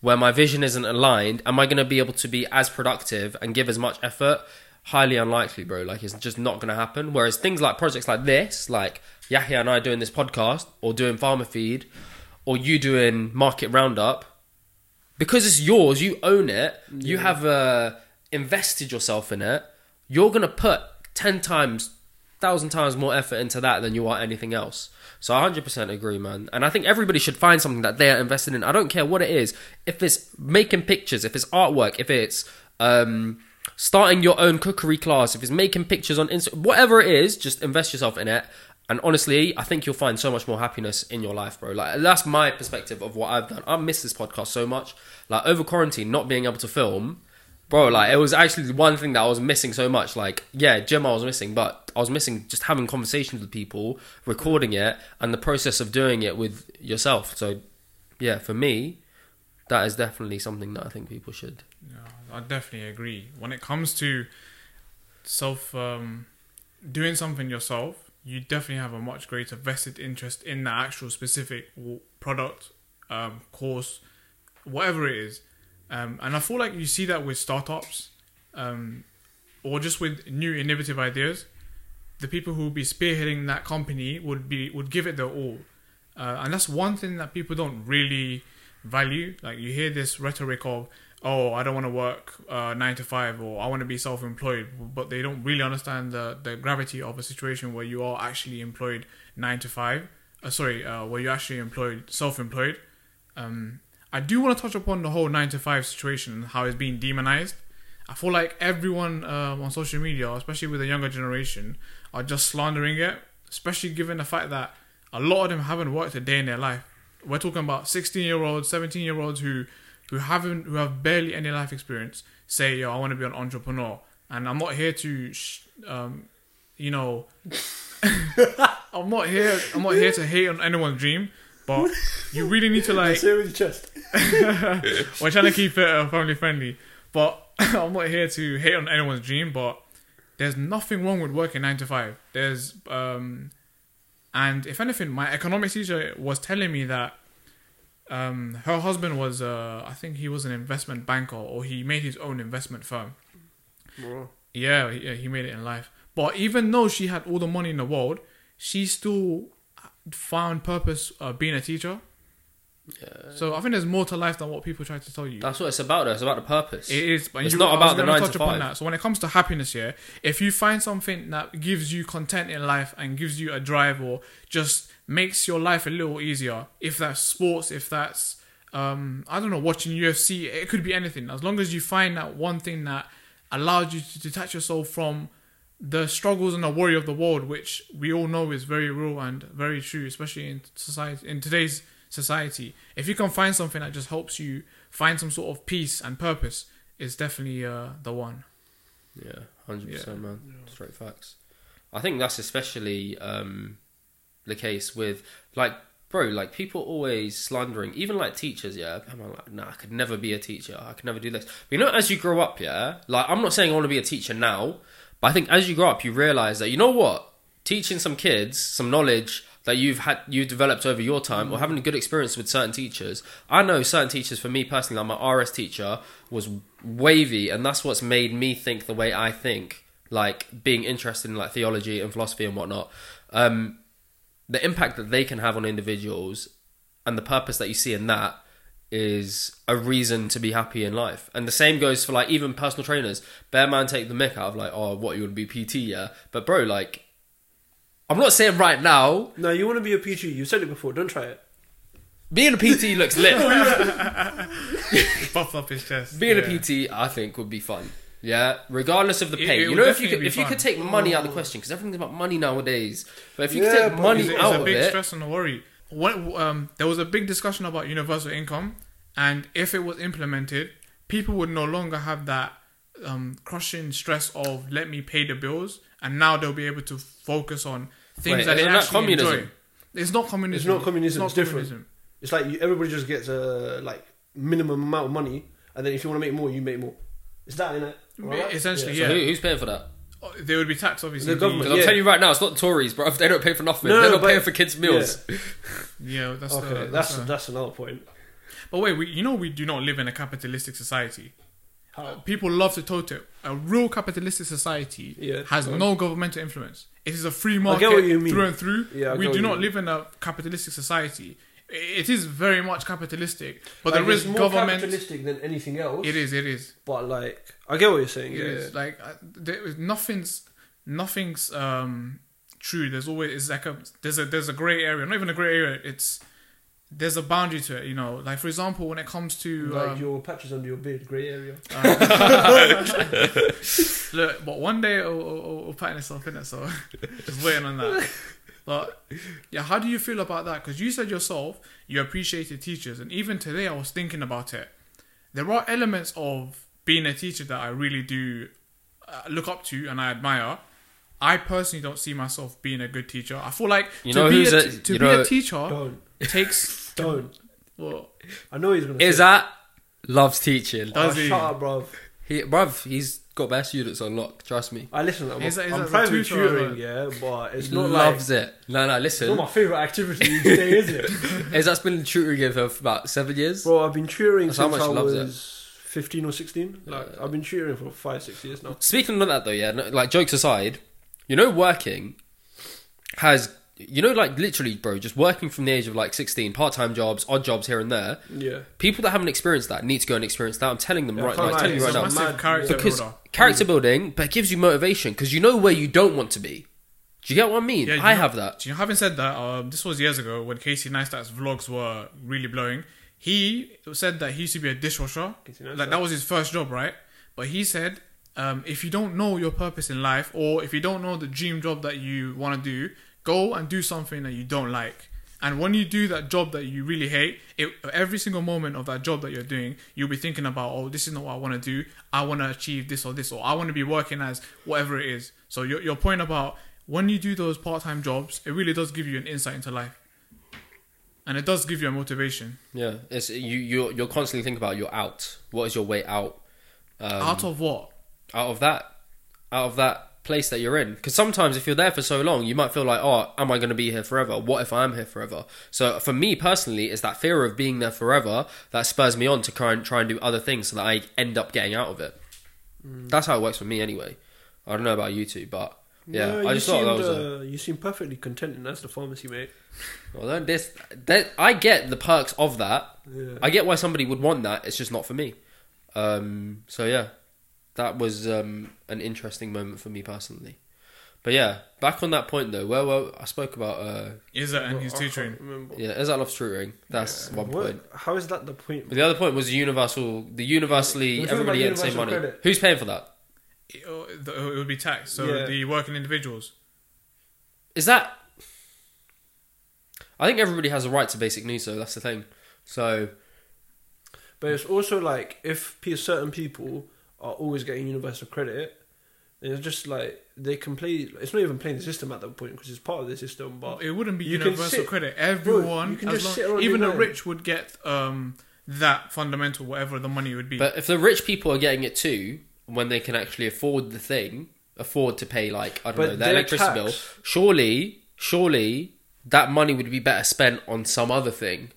Speaker 1: where my vision isn't aligned, am I going to be able to be as productive and give as much effort? Highly unlikely, bro. Like, it's just not going to happen. Whereas things like projects like this, like Yahya and I doing this podcast, or doing Farmer Feed, or you doing Market Roundup, because it's yours, you own it, you have uh, invested yourself in it. you're going to put 10 times, 1,000 times more effort into that than you are anything else. So I 100% agree, man. And I think everybody should find something that they are invested in. I don't care what it is. If it's making pictures, if it's artwork, if it's um, starting your own cookery class, if it's making pictures on Instagram, whatever it is, just invest yourself in it. And honestly, I think you'll find so much more happiness in your life, bro. Like that's my perspective of what I've done. I miss this podcast so much. Like over quarantine, not being able to film, bro. Like it was actually one thing that I was missing so much. Like yeah, gym I was missing, but I was missing just having conversations with people, recording it, and the process of doing it with yourself. So yeah, for me, that is definitely something that I think people should.
Speaker 2: Yeah, I definitely agree. When it comes to self um, doing something yourself, you definitely have a much greater vested interest in the actual specific w- product, um, course, whatever it is. Um, and I feel like you see that with startups um, or just with new innovative ideas. The people who will be spearheading that company would be would give it their all, uh, and that's one thing that people don't really value. Like you hear this rhetoric of, "Oh, I don't want to work uh, nine to five, or I want to be self-employed," but they don't really understand the the gravity of a situation where you are actually employed nine to five. Uh, sorry, uh, where you're actually employed, self-employed. Um, I do want to touch upon the whole nine to five situation and how it's being demonized. I feel like everyone um, on social media, especially with the younger generation, are just slandering it. Especially given the fact that a lot of them haven't worked a day in their life. We're talking about sixteen-year-olds, seventeen-year-olds who who haven't who have barely any life experience. Say, yo, I want to be an entrepreneur, and I'm not here to, sh- um, you know, I'm not here. I'm not here to hate on anyone's dream. But you really need to like
Speaker 3: Say it with your chest.
Speaker 2: we're trying to keep it uh, family friendly, but I'm not here to hate on anyone's dream. But there's nothing wrong with working nine to five. There's um, and if anything, my economics teacher was telling me that um, her husband was uh, I think he was an investment banker or he made his own investment firm. Yeah, he- yeah, he made it in life. But even though she had all the money in the world, she still found purpose uh, being a teacher.
Speaker 1: Yeah.
Speaker 2: So I think there's more to life than what people try to tell you.
Speaker 1: That's what it's about. Though. It's about the purpose.
Speaker 2: It is, but
Speaker 1: It's
Speaker 2: you-
Speaker 1: not
Speaker 2: I was
Speaker 1: about the
Speaker 2: gonna
Speaker 1: nine
Speaker 2: touch
Speaker 1: to
Speaker 2: upon
Speaker 1: five.
Speaker 2: That. So when it comes to happiness, yeah, if you find something that gives you content in life and gives you a drive, or just makes your life a little easier, if that's sports, if that's um, I don't know, watching UFC, it could be anything. As long as you find that one thing that allows you to detach yourself from the struggles and the worry of the world, which we all know is very real and very true, especially in society in today's society. If you can find something that just helps you find some sort of peace and purpose, is definitely uh, the one.
Speaker 1: Yeah, hundred
Speaker 2: Yeah.
Speaker 1: percent, man. Straight facts. I think that's especially um, the case with like, bro, like people always slandering, even like teachers. Yeah, I'm like, nah, I could never be a teacher. I could never do this. But you know, as you grow up, yeah, like I'm not saying I want to be a teacher now, but I think as you grow up, you realize that you know what, teaching some kids some knowledge that you've had you developed over your time or having a good experience with certain teachers i know certain teachers for me personally like my rs teacher was wavy and that's what's made me think the way i think like being interested in like theology and philosophy and whatnot um the impact that they can have on individuals and the purpose that you see in that is a reason to be happy in life. And the same goes for like even personal trainers. Bear man take the mick out of like, oh what you wanna be PT, yeah? But bro, like I'm not saying right now,
Speaker 3: No, you want to be a PG. You said it before. Don't try it.
Speaker 1: being a PT looks lit.
Speaker 2: Buffed up his chest.
Speaker 1: being
Speaker 2: Yeah.
Speaker 1: a PT I think would be fun. Yeah, regardless of the
Speaker 2: It-
Speaker 1: pay.
Speaker 2: it
Speaker 1: you
Speaker 2: would
Speaker 1: know, if you
Speaker 2: definitely
Speaker 1: could,
Speaker 2: be
Speaker 1: if you
Speaker 2: fun. Oh.
Speaker 1: could take money out of the question, because everything's about money nowadays. But if you
Speaker 3: Yeah,
Speaker 1: could take
Speaker 3: but
Speaker 1: money
Speaker 2: It's, it's
Speaker 1: out
Speaker 2: a
Speaker 1: of
Speaker 2: big
Speaker 1: it,
Speaker 2: stress and a worry. What, um, there was a big discussion about universal income, and if it was implemented, people would no longer have that um, crushing stress of let me pay the bills, and now they'll be able to focus on things
Speaker 1: Wait,
Speaker 2: that they
Speaker 1: isn't that
Speaker 2: actually
Speaker 1: communism?
Speaker 2: enjoy. It's not communism.
Speaker 3: It's not communism, it's different.
Speaker 2: communism.
Speaker 3: It's like you, everybody just gets a like minimum amount of money, and then if you want to make more, you make more. It's that, innit? Right?
Speaker 2: Essentially,
Speaker 1: so
Speaker 2: yeah.
Speaker 1: who, who's paying for that?
Speaker 2: Oh, They would be taxed, obviously.
Speaker 3: The government.
Speaker 1: Because
Speaker 3: Yeah.
Speaker 1: I'm telling you right now, it's not the Tories, bro. They don't pay for nothing.
Speaker 3: No,
Speaker 1: They're not
Speaker 3: but-
Speaker 1: paying for kids' meals.
Speaker 2: Yeah, that's the,
Speaker 3: Okay, that's
Speaker 2: the-
Speaker 3: that's another point.
Speaker 2: But wait, we, you know we do not live in a capitalistic society. Uh, People love to tote it. A real capitalistic society
Speaker 3: Yeah.
Speaker 2: has no governmental influence. It is a free
Speaker 3: I
Speaker 2: market
Speaker 3: get what you mean.
Speaker 2: through and through.
Speaker 3: Yeah, I
Speaker 2: we
Speaker 3: get
Speaker 2: do
Speaker 3: what you
Speaker 2: not
Speaker 3: mean.
Speaker 2: live in a capitalistic society. it is very much capitalistic, but
Speaker 3: Like,
Speaker 2: there
Speaker 3: it's
Speaker 2: is
Speaker 3: more
Speaker 2: government.
Speaker 3: capitalistic than anything else.
Speaker 2: It is. It is.
Speaker 3: but like I get what you're saying.
Speaker 2: It is like uh, there is nothing's nothing's um true. There's always it's like a there's a there's a grey area. Not even a grey area. It's there's a boundary to it. You know, like for example, when it comes to
Speaker 3: like
Speaker 2: um,
Speaker 3: your patches under your beard, grey area.
Speaker 2: Look, but one day it'll, it'll, it'll pattern itself in it, so just waiting on that. But yeah, how do you feel about that? Because you said yourself you appreciated teachers, and even today I was thinking about it. There are elements of being a teacher that I really do uh, look up to and I admire. I personally don't see myself being a good teacher. I feel like
Speaker 1: You
Speaker 2: to
Speaker 1: know
Speaker 2: be
Speaker 1: who's
Speaker 2: a,
Speaker 1: a-
Speaker 2: t-
Speaker 1: you
Speaker 2: to be
Speaker 1: know-
Speaker 2: a teacher
Speaker 3: Don't,
Speaker 2: takes
Speaker 3: don't.
Speaker 2: well,
Speaker 3: I know he's gonna.
Speaker 1: Is
Speaker 3: say,
Speaker 1: that loves teaching?
Speaker 3: oh,
Speaker 2: does he?
Speaker 3: shut up, bruv.
Speaker 1: He, bruv, he's got best students on lock. Trust me.
Speaker 3: I listen. I'm,
Speaker 2: Is that- is
Speaker 3: I'm
Speaker 2: that the
Speaker 3: private
Speaker 2: tutor or
Speaker 3: tutoring,
Speaker 2: what?
Speaker 3: yeah, but it's
Speaker 1: he
Speaker 3: not like
Speaker 1: loves it. No, no.
Speaker 3: it's not
Speaker 1: Listen,
Speaker 3: my favorite activity today, is it?
Speaker 1: is that's been tutoring him for about seven years?
Speaker 3: Bro, I've been tutoring
Speaker 1: That's how
Speaker 3: since
Speaker 1: much
Speaker 3: I
Speaker 1: he loves it.
Speaker 3: was 15 or 16. Like, I've been tutoring for five, six years now.
Speaker 1: Speaking of that, though, yeah, no, like jokes aside, you know, working has you know, like literally, bro, just working from the age of like sixteen, part-time jobs, odd jobs here and there.
Speaker 3: Yeah.
Speaker 1: People that haven't experienced that need to go and experience that. I'm telling them
Speaker 3: Yeah,
Speaker 1: right
Speaker 3: I
Speaker 1: now. I'm
Speaker 3: can't
Speaker 1: telling you
Speaker 2: it's
Speaker 1: right
Speaker 2: a
Speaker 1: now.
Speaker 2: massive
Speaker 3: Mad-
Speaker 2: character
Speaker 1: Because
Speaker 2: builder.
Speaker 1: character building, but it gives you motivation because you know where you don't want to be. Do you get what I mean?
Speaker 2: Yeah, you
Speaker 1: I
Speaker 2: know-
Speaker 1: have that.
Speaker 2: Do you know, having said that, uh, this was years ago when Casey Neistat's vlogs were really blowing. He said that he used to be a dishwasher.
Speaker 3: Casey Neistat.
Speaker 2: Like that was his first job, right? But he said, um, if you don't know your purpose in life, or if you don't know the dream job that you want to do, go and do something that you don't like. And when you do that job that you really hate, it, every single moment of that job that you're doing, you'll be thinking about, oh, this is not what I want to do. I want to achieve this or this, or I want to be working as whatever it is. So your, your point about when you do those part-time jobs, it really does give you an insight into life, and it does give you a motivation.
Speaker 1: Yeah, it's you. You're, you're constantly thinking about your out. What is your way out? Um,
Speaker 2: Out of what?
Speaker 1: out of that out of that place that you're in because sometimes if you're there for so long you might feel like oh am i going to be here forever what if i'm here forever so for me personally it's that fear of being there forever that spurs me on to try and, try and do other things so that i end up getting out of it
Speaker 3: Mm.
Speaker 1: that's how it works for me anyway i don't know about you two but yeah
Speaker 3: No,
Speaker 1: i
Speaker 3: you
Speaker 1: just thought that
Speaker 3: seemed,
Speaker 1: was a
Speaker 3: uh, you seem perfectly content, and that's the pharmacy, mate.
Speaker 1: well then this that, i get the perks of that
Speaker 3: Yeah.
Speaker 1: i get why somebody would want that it's just not for me um so yeah that was um an interesting moment for me personally but yeah back on that point though where well i spoke about uh
Speaker 2: Is it and
Speaker 3: Well,
Speaker 2: he's
Speaker 3: I
Speaker 2: tutoring?
Speaker 3: can't remember.
Speaker 1: yeah as i love tutoring that's one
Speaker 3: What?
Speaker 1: point
Speaker 3: How is that the point?
Speaker 1: but the other point was universal the universally
Speaker 3: We're talking
Speaker 1: everybody
Speaker 3: about
Speaker 1: gets the same money
Speaker 3: universal credit.
Speaker 1: who's paying for that
Speaker 2: It, oh, the- oh, it would be taxed. So
Speaker 3: Yeah.
Speaker 2: the working individuals.
Speaker 1: is that i think everybody has a right to basic needs though that's the thing so
Speaker 3: But it's also like if pe- certain people are always getting universal credit, then it's just like they can play. It's not even playing the system at that point because it's part of the system. But
Speaker 2: It wouldn't be
Speaker 3: Oh, you can
Speaker 2: universal
Speaker 3: sit-
Speaker 2: credit.
Speaker 3: Bro,
Speaker 2: Everyone,
Speaker 3: you can
Speaker 2: as
Speaker 3: just
Speaker 2: long-
Speaker 3: sit around
Speaker 2: even
Speaker 3: your
Speaker 2: the
Speaker 3: man.
Speaker 2: rich would get um, that fundamental, whatever the money would be.
Speaker 1: But if the rich people are getting it too, when they can actually afford the thing, afford to pay like I don't
Speaker 3: But
Speaker 1: know their
Speaker 3: their
Speaker 1: electricity
Speaker 3: tax-
Speaker 1: bill, surely, surely that money would be better spent on some other thing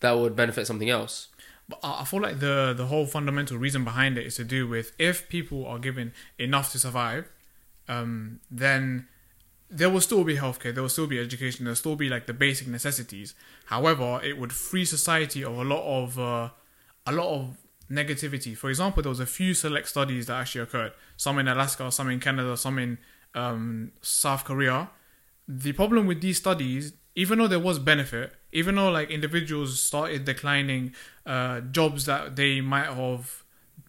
Speaker 1: that would benefit something else.
Speaker 2: But I I feel like the the whole fundamental reason behind it is to do with if people are given enough to survive, um, then there will still be healthcare, there will still be education, there will still be like the basic necessities. However, it would free society of a lot of uh, a lot of negativity. For example, there was a few select studies that actually occurred. Some in Alaska, some in Canada, some in um, South Korea. The problem with these studies, even though there was benefit, even though like individuals started declining uh, jobs that they might have,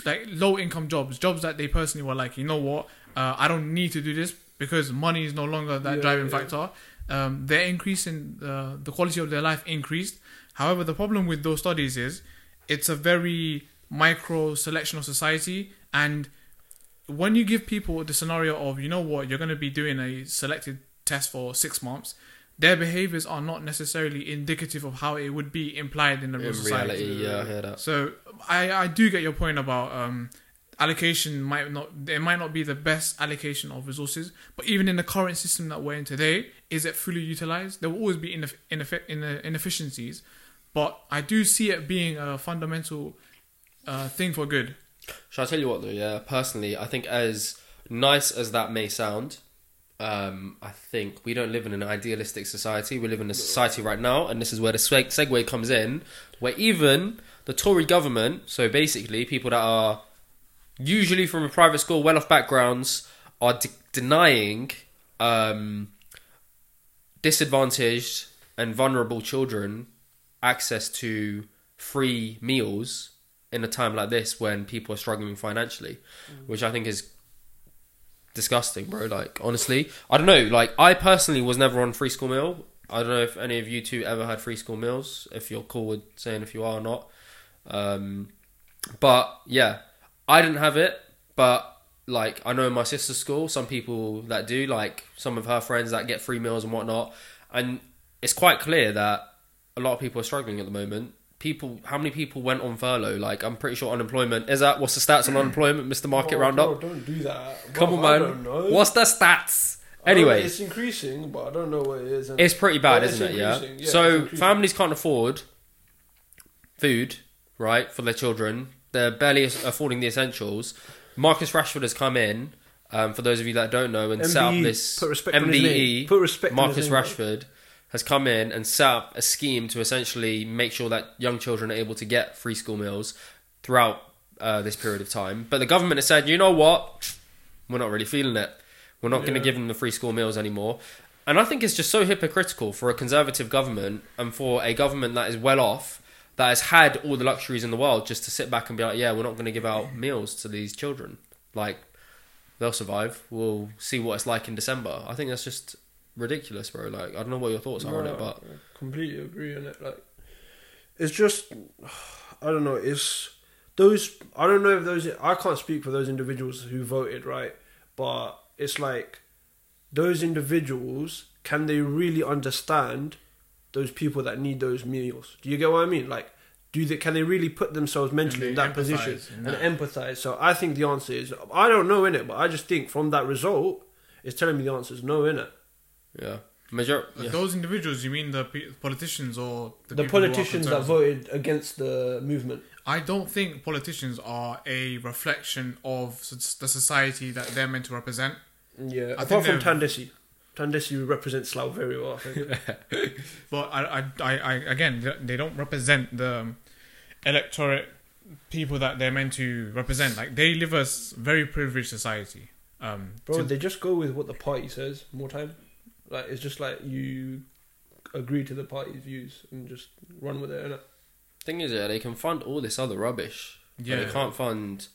Speaker 2: like low income jobs, jobs that they personally were like, you know what, uh, I don't need to do this because money is no longer that
Speaker 3: Yeah,
Speaker 2: driving
Speaker 3: yeah.
Speaker 2: factor. Um, their increase in uh, the quality of their life increased. However, the problem with those studies is it's a very micro selection of society and when you give people the scenario of you know what you're going to be doing a selected test for six months their behaviors are not necessarily indicative of how it would be implied in the real
Speaker 1: In
Speaker 2: society
Speaker 1: reality, yeah, I hear that.
Speaker 2: so i i do get your point about um allocation might not it might not be the best allocation of resources but even in the current system that we're in today is it fully utilized there will always be ineff- ineff- ine- inefficiencies but i do see it being a fundamental uh, thing for good
Speaker 1: Shall I tell you what though? Yeah, personally, I think as nice as that may sound, um, I think we don't live in an idealistic society. We live in a society right now, and this is where the seg- segue comes in, where even the Tory government, so basically people that are usually from a private school, well off backgrounds, are de- denying um, disadvantaged and vulnerable children access to free meals in a time like this when people are struggling financially, which I think is disgusting, bro. Like, honestly, I don't know. Like, I personally was never on free school meal. I don't know if any of you two ever had free school meals. If you're cool with saying if you are or not, um, but yeah, I didn't have it. But like, I know in my sister's school, some people that do, like some of her friends that get free meals and whatnot, and it's quite clear that a lot of people are struggling at the moment. People, how many people went on furlough? Like, I'm pretty sure unemployment is that. What's the stats on unemployment, Mister Market
Speaker 3: Oh,
Speaker 1: Roundup?
Speaker 3: bro, Don't do that.
Speaker 1: Come
Speaker 3: Bro, I
Speaker 1: on,
Speaker 3: don't know.
Speaker 1: man. What's the stats?
Speaker 3: I don't know,
Speaker 1: Anyway, it's,
Speaker 3: it's increasing, but I don't know what it is. and-
Speaker 1: pretty bad,
Speaker 3: Yeah, it's
Speaker 1: isn't it? Yeah.
Speaker 3: increasing. Yeah, it's
Speaker 1: so
Speaker 3: increasing.
Speaker 1: families can't afford food, right, for their children. They're barely as- affording the essentials. Marcus Rashford has come in. Um, for those of you that don't know, and set up
Speaker 3: MBE,
Speaker 1: this E,
Speaker 3: E, put respect on his name. Put respect on
Speaker 1: Marcus
Speaker 3: his name, bro.
Speaker 1: Rashford has come in and set up a scheme to essentially make sure that young children are able to get free school meals throughout uh, this period of time. But the government has said, you know what, we're not really feeling it. We're not going to
Speaker 3: Yeah.
Speaker 1: give them the free school meals anymore. And I think it's just so hypocritical for a conservative government and for a government that is well off, that has had all the luxuries in the world, just to sit back and be like, yeah, we're not going to give out meals to these children. Like, they'll survive. We'll see what it's like in December. I think that's just ridiculous, bro. Like, I don't know what your thoughts are on
Speaker 3: No,
Speaker 1: it, but
Speaker 3: I completely agree on it. Like, it's just, I don't know. It's those. I don't know if those. I can't speak for those individuals who voted, right? But it's like those individuals. Can they really understand those people that need those meals? Do you get what I mean? Like, do they? Can they really put themselves mentally
Speaker 2: they
Speaker 3: in that
Speaker 2: empathise
Speaker 3: position
Speaker 2: in that.
Speaker 3: and empathize? So I think the answer is I don't know in it, but I just think from that result, it's telling me the answer is no in it.
Speaker 1: yeah, major.
Speaker 2: But
Speaker 1: yeah.
Speaker 2: Those individuals, you mean the pe- politicians or the,
Speaker 3: the
Speaker 2: people who are
Speaker 3: politicians that
Speaker 2: conservative?
Speaker 3: voted against the movement.
Speaker 2: I don't think politicians are a reflection of s- the society that they're meant to represent.
Speaker 3: Yeah,
Speaker 2: I
Speaker 3: apart
Speaker 2: think
Speaker 3: from
Speaker 2: they're-
Speaker 3: Tandesi. Tandesi represents Slough very well, I think.
Speaker 2: But I, I, I, I again, th- they don't represent the um, electorate people that they're meant to represent. Like they live a s- very privileged society. Um,
Speaker 3: Bro,
Speaker 2: to-
Speaker 3: they just go with what the party says more time. Like, it's just like you agree to the party's views and just run with it, innit?
Speaker 1: Thing is, yeah, they can fund all this other rubbish. Yeah,
Speaker 2: Yeah.
Speaker 1: they can't fund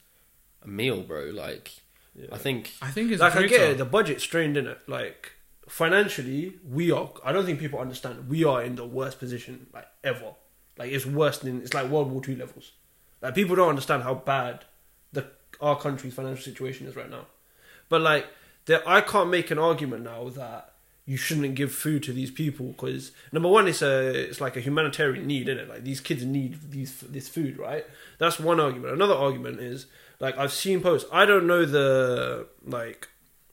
Speaker 1: a meal, bro. Like,
Speaker 3: Yeah.
Speaker 1: I think
Speaker 2: I think it's
Speaker 3: Like, I
Speaker 2: greater.
Speaker 3: get it, the budget's strained, innit? Like, financially, we are, I don't think people understand, we are in the worst position, like, ever. Like, it's worse than, it's like World War Two levels. Like, people don't understand how bad the our country's financial situation is right now. But like, there, I can't make an argument now that you shouldn't give food to these people because number one, it's a it's like a humanitarian need, isn't it? Like these kids need these this food, right? That's one argument. Another argument is like I've seen posts. I don't know the like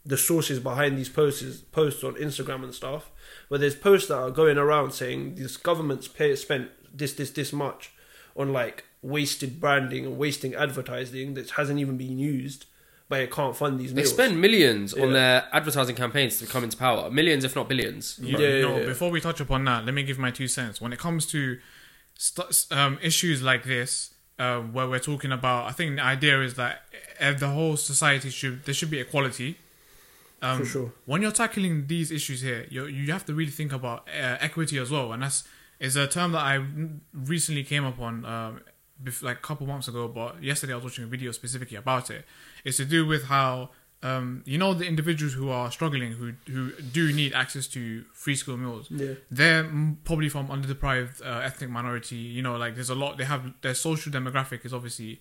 Speaker 3: the sources behind these posts posts on Instagram and stuff, but there's posts that are going around saying this government's pay spent this this this much on like wasted branding and wasting advertising that hasn't even been used, but it can't fund these
Speaker 1: They
Speaker 3: meals.
Speaker 1: spend millions on
Speaker 3: Yeah.
Speaker 1: their advertising campaigns to come into power. Millions, if not billions.
Speaker 2: You-
Speaker 3: Yeah, yeah,
Speaker 2: no,
Speaker 3: yeah.
Speaker 2: Before we touch upon that, let me give my two cents. When it comes to st- um, issues like this, uh, where we're talking about, I think the idea is that uh, the whole society should there should be equality. Um,
Speaker 3: For sure.
Speaker 2: When you're tackling these issues here, you you have to really think about uh, equity as well, and that's is a term that I recently came upon. Um, bef- like a couple months ago, but yesterday I was watching a video specifically about it. It's to do with how um, you know the individuals who are struggling, who who do need access to free school meals.
Speaker 3: Yeah.
Speaker 2: They're mm, probably from underdeprived uh, ethnic minority. You know, like there's a lot. They have their social demographic is obviously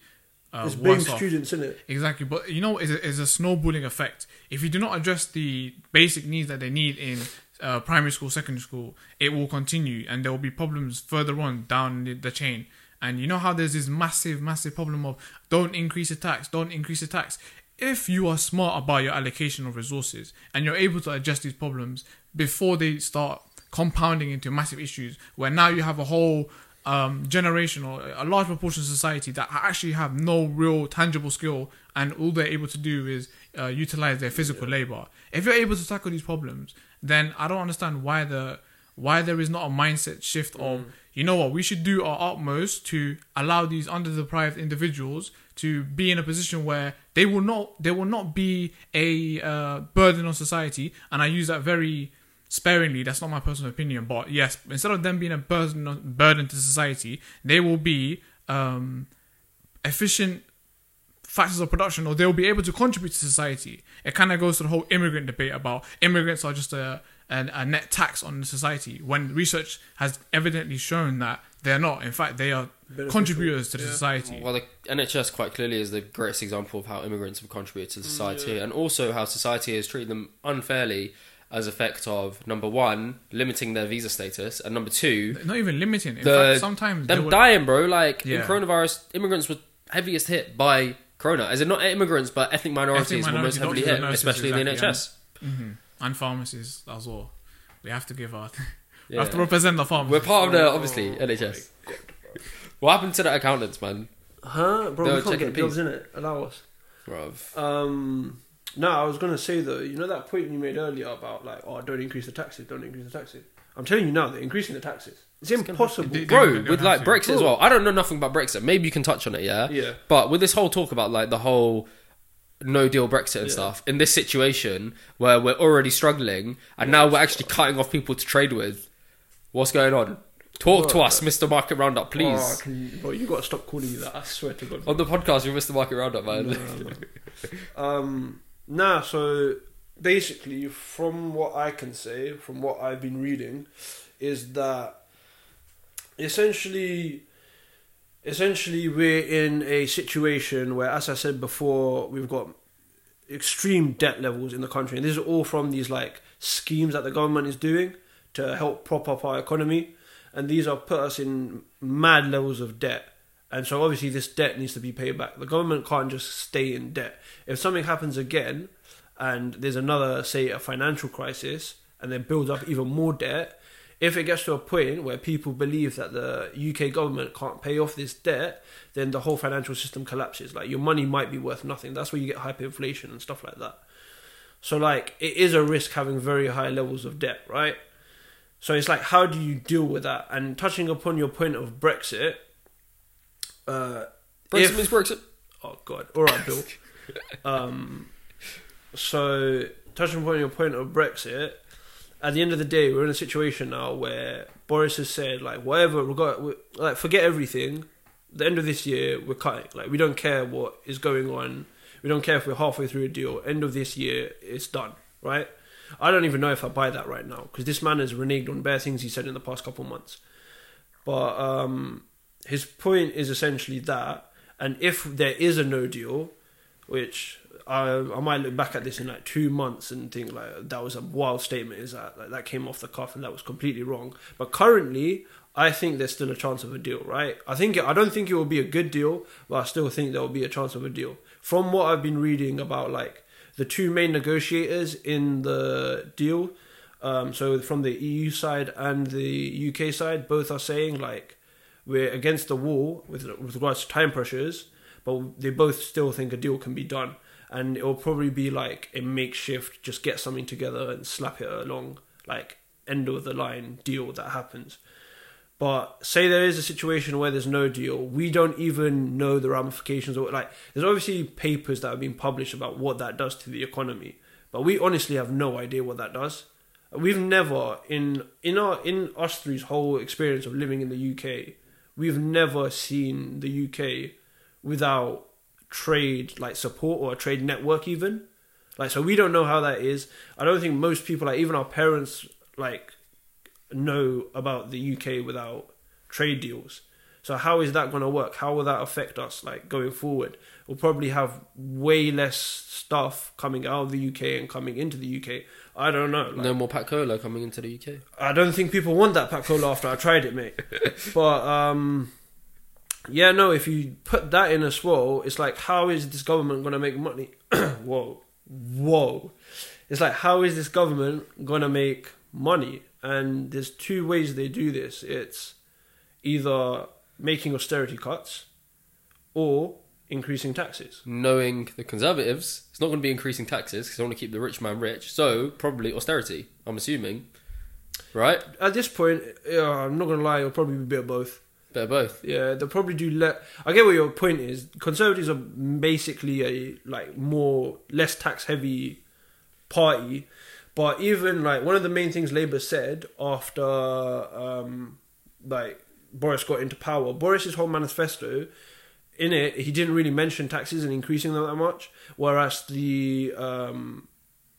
Speaker 2: uh,
Speaker 3: It's being
Speaker 2: worse off.
Speaker 3: students, isn't it?
Speaker 2: Exactly, but you know, it's a, it's a snowballing effect. If you do not address the basic needs that they need in uh, primary school, secondary school, it will continue, and there will be problems further on down the- the chain. And you know how there's this massive, massive problem of don't increase the tax, don't increase the tax. If you are smart about your allocation of resources and you're able to adjust these problems before they start compounding into massive issues, where now you have a whole um, generation or a large proportion of society that actually have no real tangible skill and all they're able to do is uh, utilize their physical labor. If you're able to tackle these problems, then I don't understand why the why there is not a mindset shift of you know what we should do our utmost to allow these underdeprived individuals to be in a position where they will not they will not be a uh, burden on society and i use that very sparingly that's not my personal opinion but yes instead of them being a burden burden to society they will be um, efficient factors of production or they'll be able to contribute to society. It kind of goes to the whole immigrant debate about immigrants are just a, an a net tax on the society when research has evidently shown that they're not. In fact, they are
Speaker 3: Beneficial,
Speaker 2: contributors to the
Speaker 3: yeah. Oh,
Speaker 2: society.
Speaker 1: Well, the NHS quite clearly is the greatest example of how immigrants have contributed
Speaker 2: Mm,
Speaker 1: to society, and also how society has treated them unfairly as effect of number one limiting their visa status, and number two
Speaker 2: Not even limiting. In
Speaker 1: The-
Speaker 2: fact, sometimes they
Speaker 1: them
Speaker 2: will,
Speaker 1: dying, bro. Like
Speaker 2: Yeah.
Speaker 1: in coronavirus, immigrants were heaviest hit by corona. As in not immigrants, but ethnic minorities,
Speaker 2: minorities,
Speaker 1: were most heavily
Speaker 2: doctors and
Speaker 1: hit,
Speaker 2: nurses,
Speaker 1: especially in the
Speaker 2: exactly,
Speaker 1: NHS.
Speaker 2: Mhm. and pharmacies as well. We have to give our.
Speaker 1: Yeah.
Speaker 2: have to represent the pharmacists.
Speaker 1: We're part of the
Speaker 2: Oh,
Speaker 1: obviously
Speaker 2: oh,
Speaker 1: NHS. What happened to the accountants, man?
Speaker 3: Huh, bro?
Speaker 1: They were
Speaker 3: we can't
Speaker 1: taking a
Speaker 3: get jobs in it. Allow us.
Speaker 1: Bruv.
Speaker 3: Um, no, I was gonna say though, you know that point you made earlier about like, oh, don't increase the taxes, don't increase the taxes. I'm telling you now, they're increasing the taxes. It's, impossible.
Speaker 2: They- they-
Speaker 1: Bro,
Speaker 2: they
Speaker 1: with
Speaker 2: have
Speaker 1: like
Speaker 2: to.
Speaker 1: Brexit as
Speaker 3: Bro.
Speaker 1: well. I don't know nothing about Brexit. Maybe you can touch on it, yeah.
Speaker 3: Yeah.
Speaker 1: But with this whole talk about like the whole no deal Brexit and
Speaker 3: Yeah.
Speaker 1: stuff, in this situation where we're already struggling and now we're actually cutting off people to trade with, what's going on? Talk to
Speaker 3: Bro.
Speaker 1: us, Mr. Market Roundup, please.
Speaker 3: Oh, I can, bro, you gotta stop calling me that. I swear to God.
Speaker 1: On the podcast, you're Mr. Market Roundup, man.
Speaker 3: um, nah, so basically, from what I can say, from what I've been reading, is that essentially, essentially, we're in a situation where, as I said before, we've got extreme debt levels in the country, and this is all from these like schemes that the government is doing to help prop up our economy, and these are put us in mad levels of debt. And so obviously this debt needs to be paid back. The government can't just stay in debt. If something happens again, and there's another, say, a financial crisis, and then builds up even more debt, if it gets to a point where people believe that the UK government can't pay off this debt, then the whole financial system collapses. Like your money might be worth nothing. That's where you get hyperinflation and stuff like that. So like it is a risk having very high levels of debt, right? So it's like how do you deal with that? And touching upon your point of Brexit, uh,
Speaker 1: Brexit
Speaker 3: if-
Speaker 1: means Brexit.
Speaker 3: Oh God! All right, Bill. um, so touching upon your point of Brexit, at the end of the day, we're in a situation now where Boris has said like whatever, regard, we- like forget everything. The end of this year, we're cutting. Like we don't care what is going on. We don't care if we're halfway through a deal. End of this year, it's done. Right? I don't even know if I buy that right now because this man has reneged on bare things he said in the past couple months. But um, his point is essentially that, and if there is a no deal, which I, I might look back at this in like two months and think like that was a wild statement, is that like, that came off the cuff and that was completely wrong. But currently, I think there's still a chance of a deal, right? I think I don't think it will be a good deal, but I still think there will be a chance of a deal. From what I've been reading about, like the two main negotiators in the deal, um, so from the EU side and the UK side, both are saying like we're against the wall with, with regards to time pressures, but they both still think a deal can be done, and it'll probably be like a makeshift, just get something together and slap it along, like end of the line deal that happens. But say there is a situation where there's no deal, we don't even know the ramifications or like there's obviously papers that have been published about what that does to the economy, but we honestly have no idea what that does. We've never in in our in us three's whole experience of living in the UK, we've never seen the UK without trade like support or a trade network even. Like so we don't know how that is. I don't think most people like even our parents like know about the UK without trade deals. So how is that going to work? How will that affect us like going forward? We'll probably have way less stuff coming out of the UK and coming into the UK. I don't know. Like,
Speaker 1: No more Pat Cola coming into the UK.
Speaker 3: I don't think people want that pack cola after I tried it, mate. but um, yeah, no. If you put that in as well, it's like how is this government gonna make money? whoa, whoa! It's like how is this government gonna make money? And there's two ways they do this. It's either making austerity cuts or increasing taxes.
Speaker 1: Knowing the Conservatives, it's not going to be increasing taxes because they want to keep the rich man rich. So probably austerity. I'm assuming, right?
Speaker 3: At this point, uh, I'm not gonna lie, it'll probably be a bit of both.
Speaker 1: Bit of both.
Speaker 3: Yeah, they'll probably do let. I get what your point is. Conservatives are basically a like more less tax heavy party, but even like one of the main things Labour said after um like Boris got into power, Boris's whole manifesto. In it, he didn't really mention taxes and increasing them that much, whereas the um,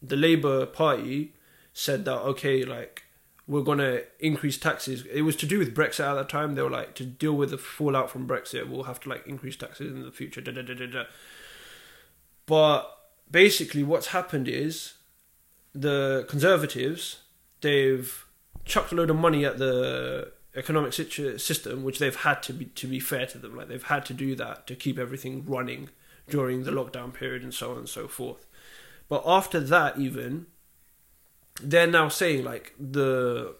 Speaker 3: the Labour Party said that okay, like we're going to increase taxes. It was to do with Brexit at that time. They were like, to deal with the fallout from Brexit, we'll have to like increase taxes in the future. Da, da, da, da, da. But basically, what's happened is the Conservatives they've chucked a load of money at the economic situ- system, which they've had to be to be fair to them. Like they've had to do that to keep everything running during the lockdown period and so on and so forth. But after that, even they're now saying like the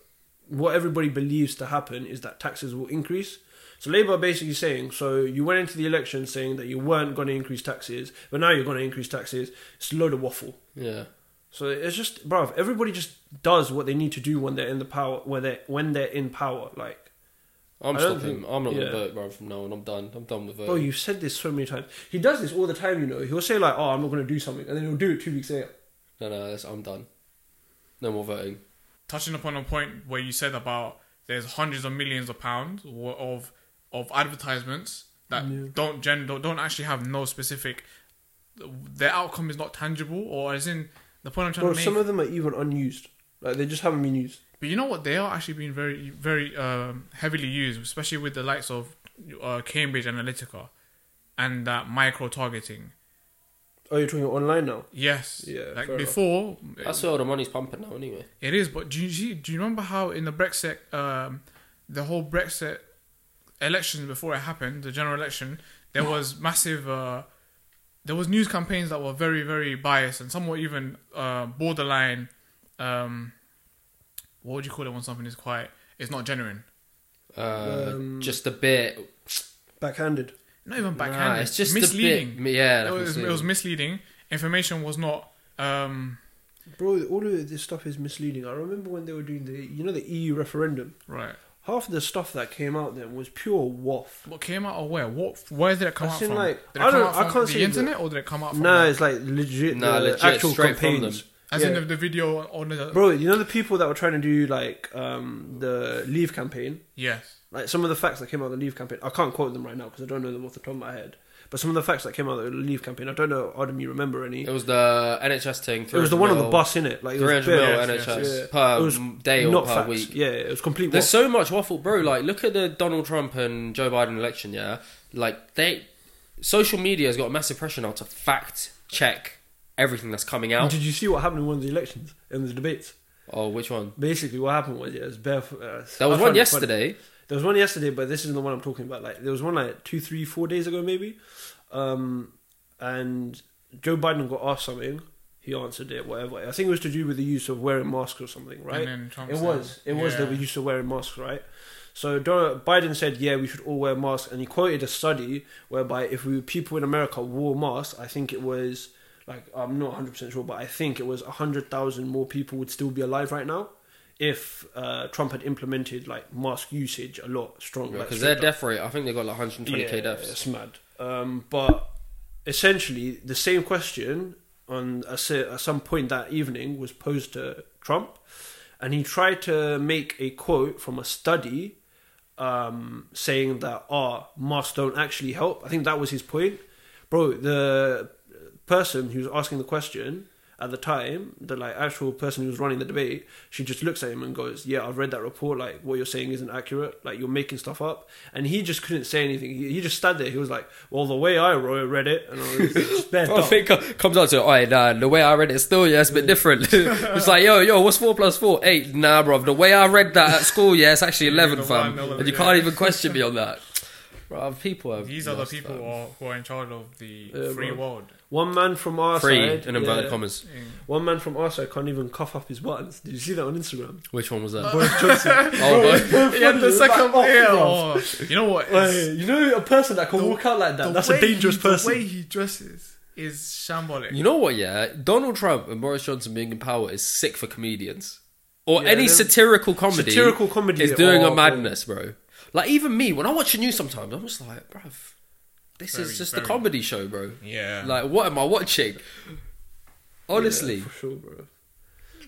Speaker 3: what everybody believes to happen is that taxes will increase. So Labour are basically saying, so you went into the election saying that you weren't going to increase taxes, but now you're going to increase taxes. It's a load of waffle.
Speaker 1: Yeah.
Speaker 3: So it's just, bruv, everybody just does what they need to do when they're in the power, when they're when they're in power. Like,
Speaker 1: I'm
Speaker 3: I don't
Speaker 1: stopping.
Speaker 3: think-
Speaker 1: I'm not going to
Speaker 3: yeah.
Speaker 1: vote, bro. From now on, I'm done. I'm done with voting.
Speaker 3: bro, you've said this so many times. He does this all the time, you know. He'll say like, oh, I'm not going to do something, and then he'll do it two weeks later.
Speaker 1: No, no, that's, I'm done. No more voting.
Speaker 2: touching upon a point where you said about there's hundreds of millions of pounds wo- of of advertisements that
Speaker 3: Yeah.
Speaker 2: don't gen don't don't actually have no specific their outcome is not tangible or as in the point I'm trying
Speaker 3: Bro,
Speaker 2: to make.
Speaker 3: some of them are even unused. Like they just haven't been used.
Speaker 2: but you know what? They are actually being very very um, heavily used, especially with the likes of uh, Cambridge Analytica and that micro targeting.
Speaker 3: Oh, you're talking online now.
Speaker 2: Yes,
Speaker 3: Yeah, fair
Speaker 2: like
Speaker 3: enough.
Speaker 2: before,
Speaker 1: That's where all the money's pumping now, anyway.
Speaker 2: It is, but do you see, do you remember how in the Brexit, um, the whole Brexit election before it happened, the general election, there was massive, uh, there was news campaigns that were very, very biased and somewhat even uh, borderline. Um, what would you call it when something is quiet? It's not genuine.
Speaker 1: Uh,
Speaker 3: Um,
Speaker 1: just a bit.
Speaker 3: Backhanded.
Speaker 2: Not even
Speaker 1: Nah,
Speaker 2: backhanded.
Speaker 1: it's just
Speaker 2: misleading.
Speaker 1: A bit, yeah,
Speaker 2: it,
Speaker 1: like
Speaker 2: was, it
Speaker 1: misleading.
Speaker 2: was misleading. Information was not. Um,
Speaker 3: Bro, all of this stuff is misleading. I remember when they were doing the, you know, the EU referendum.
Speaker 2: right.
Speaker 3: Half of the stuff that came out then was pure waff.
Speaker 2: What came out of where? What? Where did it come
Speaker 3: As
Speaker 2: out
Speaker 3: in,
Speaker 2: from?
Speaker 3: like,
Speaker 2: did it
Speaker 3: I
Speaker 2: come
Speaker 3: don't-
Speaker 2: out
Speaker 3: I
Speaker 2: from
Speaker 3: can't say
Speaker 2: the
Speaker 3: that-
Speaker 2: internet, or did it come out from?
Speaker 3: Nah,
Speaker 2: like,
Speaker 3: it's like legit,
Speaker 1: Nah,
Speaker 3: the
Speaker 1: legit,
Speaker 3: actual
Speaker 1: straight from
Speaker 3: campaigns.
Speaker 2: As in
Speaker 3: Yeah.
Speaker 2: the, the video on the
Speaker 3: Bro, you know the people that were trying to do like um, the Leave campaign.
Speaker 2: yes,
Speaker 3: Like some of the facts that came out of the Leave campaign, I can't quote them right now because I don't know them off the top of my head. But some of the facts that came out of the Leave campaign, I don't know. Adam, you remember any?
Speaker 1: It was the NHS thing.
Speaker 3: It was the one on
Speaker 1: 300
Speaker 3: the
Speaker 1: mil.
Speaker 3: bus in it, like it was
Speaker 1: 300 mil
Speaker 3: bare-
Speaker 2: yes,
Speaker 1: NHS
Speaker 3: yes.
Speaker 1: per
Speaker 3: It was
Speaker 1: day or
Speaker 3: not
Speaker 1: per
Speaker 3: facts.
Speaker 1: week.
Speaker 3: Yeah, it was complete.
Speaker 1: There's
Speaker 3: waff.
Speaker 1: so much waffle, bro. Like, look at the Donald Trump and Joe Biden election. Yeah, like they, social media has got a massive pressure now to fact check everything that's coming out.
Speaker 3: Did you see what happened in one of the elections in the debates?
Speaker 1: Oh, which one?
Speaker 3: Basically, what happened was yeah, it was bare. Uh,
Speaker 1: There was
Speaker 3: I
Speaker 1: one
Speaker 3: found it funny.
Speaker 1: yesterday.
Speaker 3: There was one yesterday, but this isn't the one I'm talking about. Like there was one like two, three, four days ago maybe, um, and Joe Biden got asked something. He answered it, whatever. I think it was to do with the use of wearing masks or something, right?
Speaker 2: And then Trump
Speaker 3: it
Speaker 2: said-
Speaker 3: was. It was
Speaker 2: Yeah.
Speaker 3: the use of wearing masks, right? So Donald Biden said, "Yeah, we should all wear masks," and he quoted a study whereby if we people in America wore masks, I think it was like I'm not 100 percent sure, but I think it was 100,000 more people would still be alive right now if uh, Trump had implemented like mask usage a lot stronger. like,
Speaker 1: Because their
Speaker 3: straight
Speaker 1: death rate, I think they got like 120k
Speaker 3: yeah,
Speaker 1: deaths.
Speaker 3: It's mad. Um, but essentially, the same question on at se- at some point that evening was posed to Trump, and he tried to make a quote from a study um, saying that ah masks don't actually help. I think that was his point, bro. The person who was asking the question at the time, the like actual person who was running the debate, she just looks at him and goes, "Yeah, I've read that report. Like what you're saying isn't accurate. Like you're making stuff up." And he just couldn't say anything. He, he just stood there. He was like, "Well, the way I ro- read it," and I was just bare
Speaker 1: I
Speaker 3: dumb.
Speaker 1: think it comes out to, all right, nah, the way I read it, still, yeah, it's a bit different. it's like, yo, yo, what's 4 plus 4? 8. Nah, bro, the way I read that at school, yeah, it's actually 11,
Speaker 2: the
Speaker 1: fam.
Speaker 2: one, eleven,
Speaker 1: and you
Speaker 2: yeah.
Speaker 1: can't even question me on that. Bro, people are.
Speaker 2: These are the
Speaker 1: lost,
Speaker 2: people
Speaker 1: fam.
Speaker 2: who are, who are in charge of the
Speaker 3: Yeah,
Speaker 2: free
Speaker 3: bro.
Speaker 2: world.
Speaker 3: One man from our
Speaker 1: Free,
Speaker 3: side,
Speaker 1: in inverted
Speaker 3: eh? yeah.
Speaker 1: commas.
Speaker 2: Mm.
Speaker 3: One man from Arsenal can't even cough up his buttons. Did you see that on Instagram?
Speaker 1: Which one was that?
Speaker 3: Boris Johnson.
Speaker 1: oh, boy.
Speaker 2: Yeah, the second yeah, oh, You know what?
Speaker 3: Wait,
Speaker 2: It's-
Speaker 3: you know a person that can
Speaker 2: The-
Speaker 3: walk out like that.
Speaker 2: the
Speaker 3: That's a
Speaker 2: way
Speaker 3: dangerous
Speaker 2: he,
Speaker 3: person.
Speaker 2: The way he dresses is shambolic.
Speaker 1: You know what? Yeah, Donald Trump and Boris Johnson being in power is sick for comedians or
Speaker 3: Yeah,
Speaker 1: any
Speaker 3: they're-
Speaker 1: satirical comedy.
Speaker 3: Satirical comedy
Speaker 1: is doing
Speaker 3: are-
Speaker 1: a madness, bro. Like even me, when I watch the news sometimes, I'm just like, bruv, this
Speaker 2: Very,
Speaker 1: is just
Speaker 2: very-
Speaker 1: a comedy show, bro.
Speaker 2: yeah.
Speaker 1: Like, what am I watching? Honestly,
Speaker 3: Yeah, for sure, bro.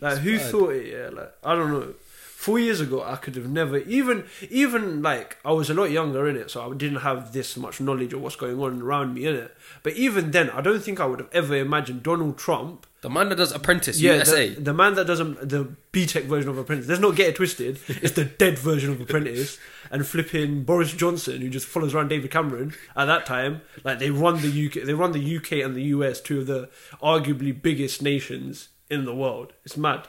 Speaker 3: Like, who
Speaker 1: bad.
Speaker 3: thought it? Yeah, like I don't know. Four years ago, I could have never even even like I was a lot younger in it, so I didn't have this much knowledge of what's going on around me in it. But even then, I don't think I would have ever imagined Donald Trump.
Speaker 1: the man that does Apprentice
Speaker 3: Yeah,
Speaker 1: USA.
Speaker 3: the, the man that doesn't the BTEC version of Apprentice. Let's not get it twisted. It's the dead version of Apprentice, and flipping Boris Johnson, who just follows around David Cameron at that time. Like they run the UK, they run the UK and the US, two of the arguably biggest nations in the world. It's mad.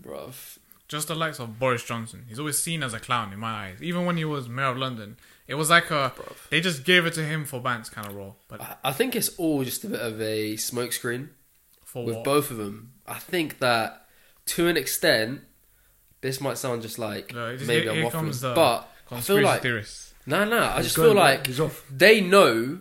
Speaker 1: Bruv.
Speaker 2: Just the likes of Boris Johnson. He's always seen as a clown in my eyes. Even when he was mayor of London, it was like a they just gave it to him for Bantz kind of role.
Speaker 3: Uh,
Speaker 2: But
Speaker 1: I- I think it's all just a bit of a smokescreen
Speaker 2: for
Speaker 1: with
Speaker 2: what?
Speaker 1: both of them. I think that to an extent, this might sound just like
Speaker 2: No, it just-
Speaker 1: maybe
Speaker 2: here-
Speaker 1: I'm
Speaker 2: here
Speaker 1: waffling,
Speaker 2: comes the
Speaker 1: but I feel
Speaker 2: conspiracy
Speaker 1: like
Speaker 2: theorists.
Speaker 1: No, no. I
Speaker 3: He's
Speaker 1: just
Speaker 3: going
Speaker 1: feel
Speaker 3: back.
Speaker 1: like
Speaker 3: He's off.
Speaker 1: they know,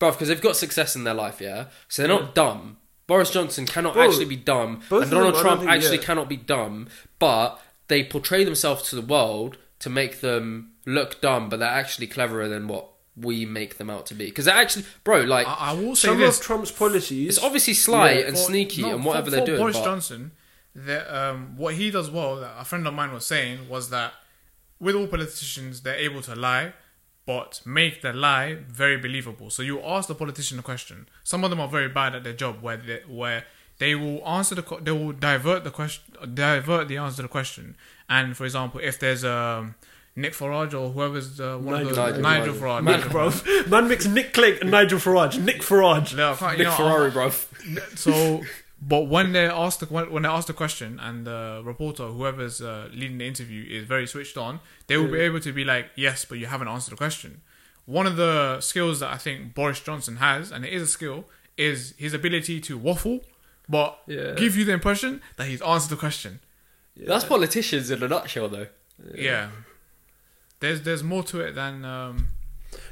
Speaker 1: bruv, because they've got success in their life, yeah. So they're not dumb. Boris Johnson cannot
Speaker 3: Bro,
Speaker 1: actually be dumb,
Speaker 3: both
Speaker 1: and
Speaker 3: of them,
Speaker 1: Donald
Speaker 3: I don't
Speaker 1: Trump
Speaker 3: think-
Speaker 1: actually
Speaker 3: yeah.
Speaker 1: cannot be dumb. But they portray themselves to the world to make them look dumb, but they're actually cleverer than what we make them out to be. Because they're actually, bro, like
Speaker 2: I, I will say
Speaker 3: Some
Speaker 2: this:
Speaker 3: of Trump's policies.
Speaker 1: it's obviously sly
Speaker 3: Uh, Yeah,
Speaker 1: and
Speaker 2: for-
Speaker 1: sneaky
Speaker 2: no,
Speaker 1: and whatever
Speaker 2: for-
Speaker 1: they're
Speaker 2: for
Speaker 1: doing.
Speaker 2: Boris
Speaker 1: but
Speaker 2: Johnson, that um, what he does well, that a friend of mine was saying, was that with all politicians, they're able to lie, but make their lie very believable. So you ask the politician a question. Some of them are very bad at their job, where they, where they will answer the que- they will divert the question, divert the answer to the question. And for example, if there's um, Nick Farage or whoever's uh, one of
Speaker 3: Nigel-
Speaker 2: the Nigel,
Speaker 1: Nigel.
Speaker 2: Farage.
Speaker 3: Nick,
Speaker 2: Nigel
Speaker 3: bro. Man mix Nick Clegg and Nigel Farage. Nick Farage.
Speaker 2: No, I can't- you
Speaker 1: Nick
Speaker 2: know, I-
Speaker 1: Ferrari, bro.
Speaker 2: so, but when they ask the when, when they ask the question and the reporter, whoever's uh, leading the interview, is very switched on, they will be able to be like, "Yes, but you haven't answered the question." One of the skills that I think Boris Johnson has, and it is a skill, is his ability to waffle, but
Speaker 3: Yeah.
Speaker 2: give you the impression that he's answered the question.
Speaker 1: That's politicians in a nutshell, though.
Speaker 2: Yeah. There's there's more to it than um,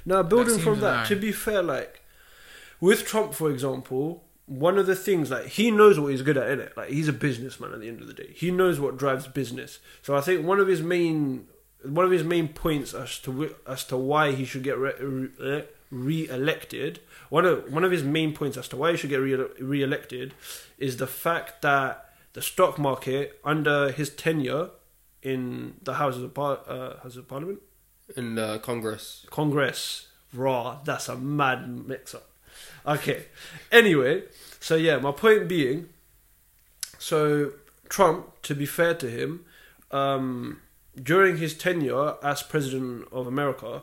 Speaker 3: Now, building
Speaker 2: seems
Speaker 3: from that,
Speaker 2: like-
Speaker 3: to be fair, like with Trump, for example, one of the things like he knows what he's good at, innit? Like he's a businessman at the end of the day. He knows what drives business. So I think one of his main one of his main points as to wh- as to why he should get re- re- eh, re-elected. One of one of his main points as to why he should get re- re-elected is the fact that the stock market under his tenure in the Houses of, Par- uh, Houses of Parliament
Speaker 1: In uh, Congress,
Speaker 3: Congress, Raw. That's a mad mix up. Okay. Anyway, so yeah, my point being so Trump, to be fair to him, um, during his tenure as president of America,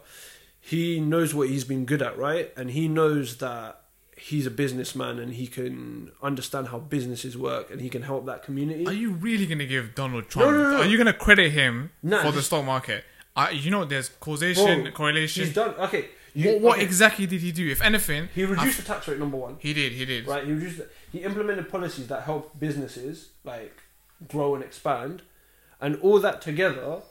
Speaker 3: he knows what he's been good at, right? And he knows that he's a businessman and he can understand how businesses work and he can help that community.
Speaker 2: Are you really going to give Donald Trump?
Speaker 3: no, no.
Speaker 2: Are you going to credit him
Speaker 3: No,
Speaker 2: for the
Speaker 3: he's-
Speaker 2: stock market? I, you know, there's causation,
Speaker 3: Bro,
Speaker 2: correlation.
Speaker 3: He's done. Okay. you-
Speaker 2: what what
Speaker 3: okay,
Speaker 2: exactly did he do? If anything,
Speaker 3: He
Speaker 2: I-
Speaker 3: reduced the tax rate, number one.
Speaker 2: he did. He did.
Speaker 3: right? He reduced, he implemented policies that help businesses like grow and expand, and all that together.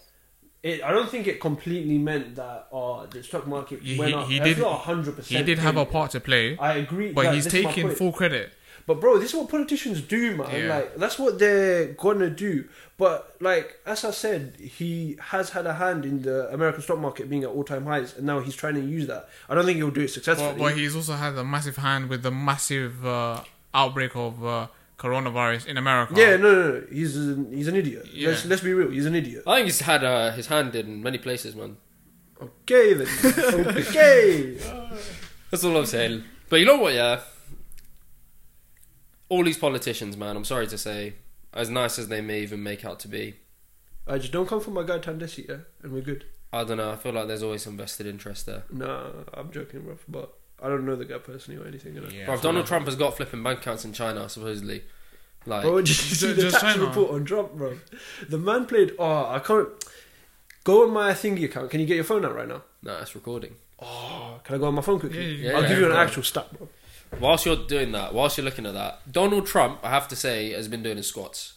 Speaker 3: It, I don't think it completely meant that uh, the stock market
Speaker 2: He-
Speaker 3: went
Speaker 2: he-
Speaker 3: up.
Speaker 2: he
Speaker 3: That's
Speaker 2: did-
Speaker 3: not hundred
Speaker 2: He
Speaker 3: percent.
Speaker 2: did have a part to play,
Speaker 3: I agree,
Speaker 2: but
Speaker 3: that
Speaker 2: he's
Speaker 3: this is my
Speaker 2: taking
Speaker 3: point.
Speaker 2: full credit.
Speaker 3: But bro, this is what politicians do, man.
Speaker 2: Yeah.
Speaker 3: Like that's what they're gonna do. But like as I said, he has had a hand in the American stock market being at all time highs, and now he's trying to use that. I don't think he'll do it successfully.
Speaker 2: But, but he's also had a massive hand with the massive uh, outbreak of uh, coronavirus in America.
Speaker 3: yeah, no, no, no. He's an, he's an idiot.
Speaker 2: Yeah.
Speaker 3: Let's let's be real. He's an idiot.
Speaker 1: I think he's had uh, his hand in many places, man.
Speaker 3: Okay then. okay.
Speaker 1: That's all I'm saying. But you know what, yeah? All these politicians, man, I'm sorry to say, as nice as they may even make out to be,
Speaker 3: I just don't come for my guy Tandesi, yeah, and we're good.
Speaker 1: I don't know, I feel like there's always some vested interest there.
Speaker 3: Nah, I'm joking, bro. But I don't know the guy personally or anything. You know?
Speaker 1: Bruv, Donald Trump has got flipping bank accounts in China, supposedly. Like,
Speaker 3: Bro, did you
Speaker 2: Just-
Speaker 3: see the
Speaker 2: just
Speaker 3: tax
Speaker 2: China.
Speaker 3: report on Trump, bro? The man played. Oh, I can't. Go on my thingy account. Can you get your phone out right now?
Speaker 1: no, it's recording.
Speaker 3: Oh, can I go on my phone quickly?
Speaker 2: Yeah, you
Speaker 1: can.
Speaker 3: I'll
Speaker 1: Yeah,
Speaker 3: give you an
Speaker 1: yeah, go on.
Speaker 3: actual stat, bro.
Speaker 1: Whilst you're doing that, whilst you're looking at that, Donald Trump, I have to say, has been doing his squats.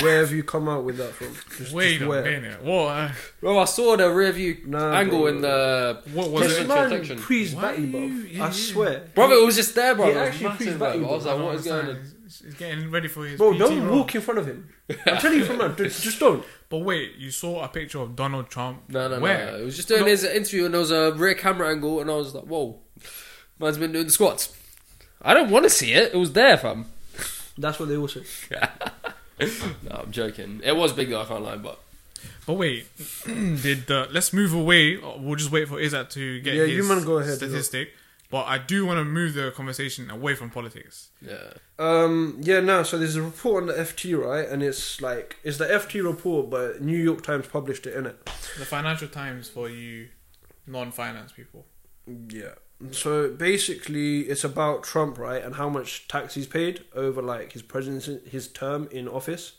Speaker 3: Where have you come out with that from? Just,
Speaker 2: Wait
Speaker 3: just
Speaker 2: a minute. What? Uh,
Speaker 1: Bro, I saw the rear view
Speaker 3: Nah,
Speaker 1: angle
Speaker 3: bro.
Speaker 1: in the
Speaker 2: what was
Speaker 1: Was
Speaker 3: This
Speaker 1: it-
Speaker 2: it?
Speaker 1: Protection.
Speaker 3: man prees
Speaker 2: Why
Speaker 3: batty,
Speaker 2: you-
Speaker 3: bro.
Speaker 2: yeah,
Speaker 3: I
Speaker 2: yeah.
Speaker 3: swear.
Speaker 1: brother. It was just there, bro.
Speaker 3: He
Speaker 1: It was
Speaker 3: actually
Speaker 1: massive,
Speaker 3: freezed
Speaker 1: bro. I
Speaker 3: back,
Speaker 1: was
Speaker 3: bro.
Speaker 1: like, what is going on?
Speaker 2: understand. He's- He's getting ready for his.
Speaker 3: Bro,
Speaker 2: PT
Speaker 3: don't
Speaker 2: role.
Speaker 3: walk in front of him. I'm telling you from now, just, just don't.
Speaker 2: But wait, you saw a picture of Donald Trump.
Speaker 1: No, no,
Speaker 2: Where?
Speaker 1: no. It was just doing
Speaker 2: No.
Speaker 1: his interview, and there was a rear camera angle, and I was like, whoa, man's been doing the squats. I don't want to see it. It was there, fam.
Speaker 3: That's what they all say.
Speaker 1: No, I'm joking. It was big though. I can't lie, but
Speaker 2: But wait, did the let's move away? or We'll just wait for Izzat to get
Speaker 3: Yeah,
Speaker 2: his
Speaker 3: you man go ahead,
Speaker 2: statistic. But I do want to move the conversation away from politics.
Speaker 1: yeah.
Speaker 3: Um, yeah, no. So there's a report on the FT, right? And it's like it's the FT report, but New York Times published it in it.
Speaker 2: The Financial Times for you non-finance people.
Speaker 3: Yeah. So basically, it's about Trump, right, and how much tax he's paid over like his presidency, his term in office.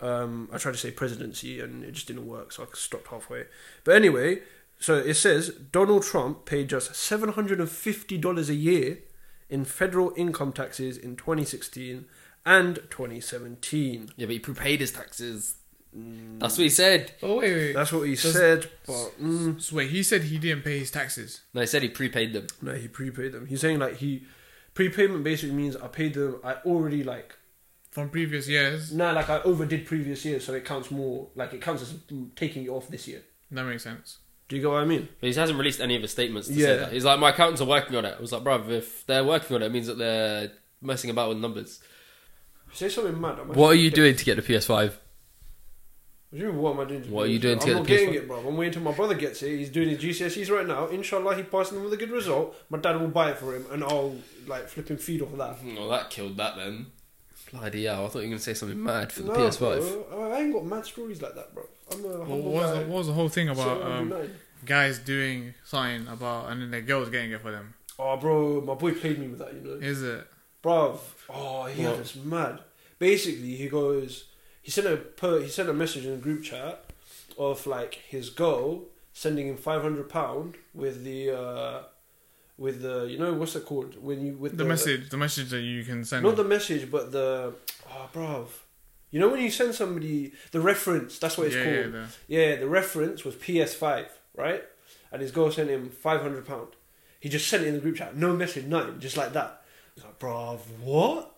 Speaker 3: Um, I tried to say presidency, and it just didn't work, so I stopped halfway. But anyway, so it says Donald Trump paid just seven hundred and fifty dollars a year in federal income taxes in 2016 and 2017.
Speaker 1: Yeah, but he prepaid his taxes. That's what he said.
Speaker 2: Oh wait, wait.
Speaker 3: That's what he
Speaker 2: Does-
Speaker 3: said, but mm,
Speaker 2: So wait, he said he didn't pay his taxes.
Speaker 1: No, he said he prepaid them.
Speaker 3: No, he prepaid them. He's saying like he prepayment basically means I paid them. I already like
Speaker 2: From previous years,
Speaker 3: no, like I overdid previous year, so it counts more. Like it counts as taking it off this year.
Speaker 2: that makes sense.
Speaker 3: Do you get what I mean?
Speaker 1: But he hasn't released any of his statements to
Speaker 3: Yeah.
Speaker 1: say that. He's like, my accountants are working on it. I was like, bruv, if they're working on it, it means that they're messing about with numbers.
Speaker 3: Say something mad. I'm
Speaker 1: What are
Speaker 3: actually
Speaker 1: you
Speaker 3: dead.
Speaker 1: doing to get the PS5?
Speaker 3: What do you mean, what am I doing?
Speaker 1: What are you
Speaker 3: get
Speaker 1: doing
Speaker 3: it?
Speaker 1: to
Speaker 3: I'm
Speaker 1: get
Speaker 3: not
Speaker 1: the
Speaker 3: getting
Speaker 1: PS5?
Speaker 3: it, bro. I'm waiting till my brother gets it. He's doing his GCSEs right now. Inshallah, he passes them with a good result. My dad will buy it for him, and I'll like flipping feed off of that.
Speaker 1: Well, that killed that then. Bloody hell, I thought you were going to say something mad for the
Speaker 3: Nah,
Speaker 1: PS5.
Speaker 3: bro, I ain't got mad stories like that, bro. I'm a
Speaker 2: Well,
Speaker 3: humble
Speaker 2: what, was the,
Speaker 3: guy.
Speaker 2: what was the whole thing about
Speaker 3: So I'm
Speaker 2: um,
Speaker 3: united.
Speaker 2: guys doing something about and then the girls getting it for them?
Speaker 3: oh, bro, my boy played me with that, you know.
Speaker 2: Is it?
Speaker 3: Bruv. Oh, he had us mad. Basically, he goes. He sent a per, he sent a message in a group chat of like his girl sending him five hundred pound with the uh with the you know what's it called when you with
Speaker 2: The message, the message that you can send.
Speaker 3: not the message but the oh bruv you know when you send somebody the reference that's what it's
Speaker 2: yeah,
Speaker 3: called
Speaker 2: yeah,
Speaker 3: yeah, the reference was PS5, right? And his girl sent him five hundred pound. He just sent it in the group chat, no message, nothing, just like that. I was like, bruv, what?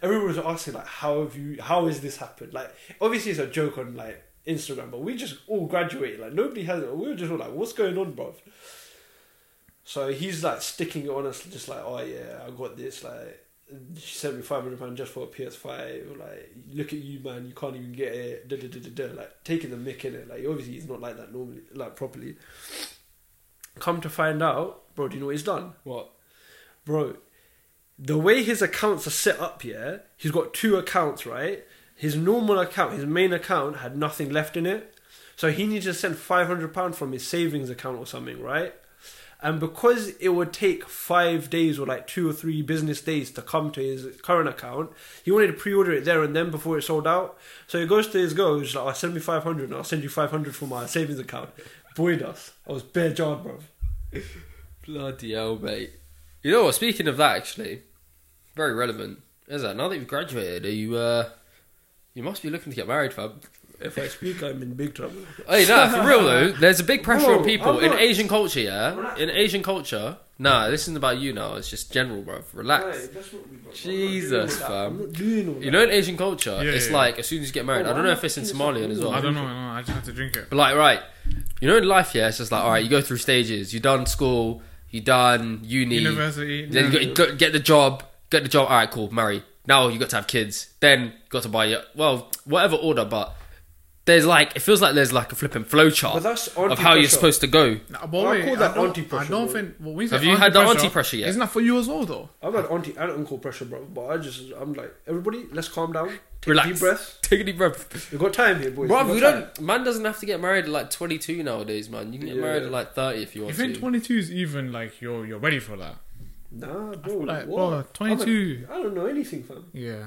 Speaker 3: Everyone was asking like, how have you? How has this happened? Like, obviously it's a joke on like Instagram, but we just all graduated. Like nobody has it. We were just all like, what's going on, bruv? So he's like sticking it on us, just like, oh yeah, I got this. Like, she sent me five hundred pound just for a PS Five. Like, look at you, man, you can't even get it. Da, da, da, da, da. Like taking the mick in it. Like, obviously he's not like that normally, like properly. Come to find out, bro, do you know what he's done,
Speaker 1: What?
Speaker 3: bro? The way his accounts are set up, yeah, he's got two accounts, right? His normal account, his main account, had nothing left in it, so he needed to send five hundred pound from his savings account or something, right? and because it would take five days or like two or three business days to come to his current account, he wanted to pre-order it there and then before it sold out. So he goes to his girl, he's like, "I send me five hundred, and I'll send you five hundred from my savings account." Boy, us. I was bare jarred, bro.
Speaker 1: Bloody hell, mate. You know what? Speaking of that, actually, very relevant. Is that now that you've graduated, are you, uh, you must be looking to get married, fam.
Speaker 3: If I speak, I'm in big trouble.
Speaker 1: Hey, nah, for real though, there's a big pressure
Speaker 3: Bro,
Speaker 1: on people
Speaker 3: I'm
Speaker 1: in
Speaker 3: not-
Speaker 1: Asian culture, yeah?
Speaker 3: Relax.
Speaker 1: In Asian culture, nah, this isn't about you now, it's just general, bruv. Relax.
Speaker 3: that's what we got.
Speaker 1: Jesus,
Speaker 3: I'm
Speaker 1: fam.
Speaker 3: not doing all that.
Speaker 1: You know, in Asian culture,
Speaker 2: Yeah,
Speaker 1: it's
Speaker 2: yeah,
Speaker 1: like as soon as you get married,
Speaker 3: Oh,
Speaker 1: I don't
Speaker 3: I'm
Speaker 1: know
Speaker 3: not
Speaker 1: if it's in
Speaker 3: thinking it's
Speaker 1: Somalian as
Speaker 3: something
Speaker 1: well.
Speaker 3: else.
Speaker 2: I don't know. No, I just had to drink it.
Speaker 1: But like, right, you know, in life, yeah, it's just like, all right, you go through stages. You done school, you done uni,
Speaker 2: University.
Speaker 1: then you got, you got- get the job, get the job. All right, cool, marry. Now you got to have kids. Then you got to buy your well, whatever order. But there's like, it feels like there's like a flipping flow chart
Speaker 3: But that's
Speaker 1: of
Speaker 3: auntie
Speaker 1: how you're
Speaker 3: pressure.
Speaker 1: supposed to go.
Speaker 2: Nah,
Speaker 3: I
Speaker 2: but wait,
Speaker 3: call that
Speaker 2: I don't,
Speaker 3: auntie pressure,
Speaker 2: I don't
Speaker 3: bro.
Speaker 2: think. Well, when say
Speaker 1: Have you had the
Speaker 2: pressure,
Speaker 1: auntie pressure yet?
Speaker 2: It's not for you as well, though.
Speaker 3: I've had auntie and uncle pressure, bro. But I just, I'm like, everybody, let's calm down. Take
Speaker 1: Relax.
Speaker 3: a deep breath.
Speaker 1: Take a deep breath,
Speaker 3: We've got time here, boys. We've
Speaker 1: bro.
Speaker 3: got
Speaker 1: We
Speaker 3: time.
Speaker 1: don't. Man doesn't have to get married at like 22 nowadays, man. You can get
Speaker 3: Yeah.
Speaker 1: married at like 30 if you
Speaker 2: You
Speaker 1: want
Speaker 2: think
Speaker 1: to.
Speaker 2: 22 is even like you're you're ready for that?
Speaker 3: Nah,
Speaker 2: I
Speaker 3: bro.
Speaker 2: feel like,
Speaker 3: what?
Speaker 2: bro, 22.
Speaker 3: I'm a, I don't know anything, fam.
Speaker 2: Yeah.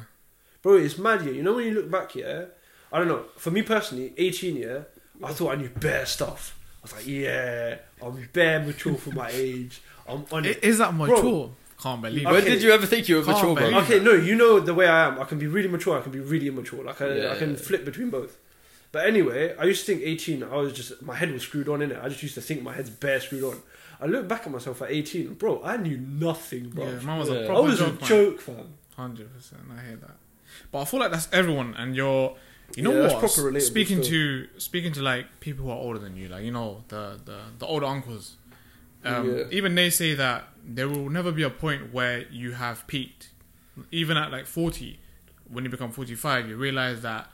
Speaker 3: Bro, it's mad, yeah. You know when you look back, yeah? I don't know. For me personally, 18, yeah, I thought I knew bare stuff. was like, yeah, I'm bare mature for my age. I'm on
Speaker 2: It
Speaker 3: it.
Speaker 2: is that mature?
Speaker 3: Bro.
Speaker 2: Can't believe
Speaker 3: Okay.
Speaker 2: it.
Speaker 1: When did you ever think you were
Speaker 2: Come
Speaker 1: mature,
Speaker 2: on,
Speaker 1: bro?
Speaker 2: babe.
Speaker 3: Okay, no, you know the way I am. I can be really mature. I can be really immature. Like I,
Speaker 1: Yeah,
Speaker 3: I can
Speaker 1: yeah.
Speaker 3: flip between both. But anyway, I used to think 18. I was just my head was screwed on in it. I just used to think my head's bare screwed on. I look back at myself at 18, bro. I knew nothing, bro.
Speaker 2: Yeah, mine was a
Speaker 1: Yeah.
Speaker 3: I
Speaker 2: proper
Speaker 3: was
Speaker 2: joke,
Speaker 3: a
Speaker 2: man.
Speaker 3: joke, fam.
Speaker 2: Hundred percent, I hear that. But I feel like that's everyone, and you're, you know
Speaker 3: Yeah, that's
Speaker 2: what?
Speaker 3: proper relatable
Speaker 2: speaking
Speaker 3: still.
Speaker 2: to speaking to like people who are older than you, like you know the the, the older uncles. Um,
Speaker 3: Yeah.
Speaker 2: Even they say that there will never be a point where you have peaked. Even at like forty, when you become forty five, you realize that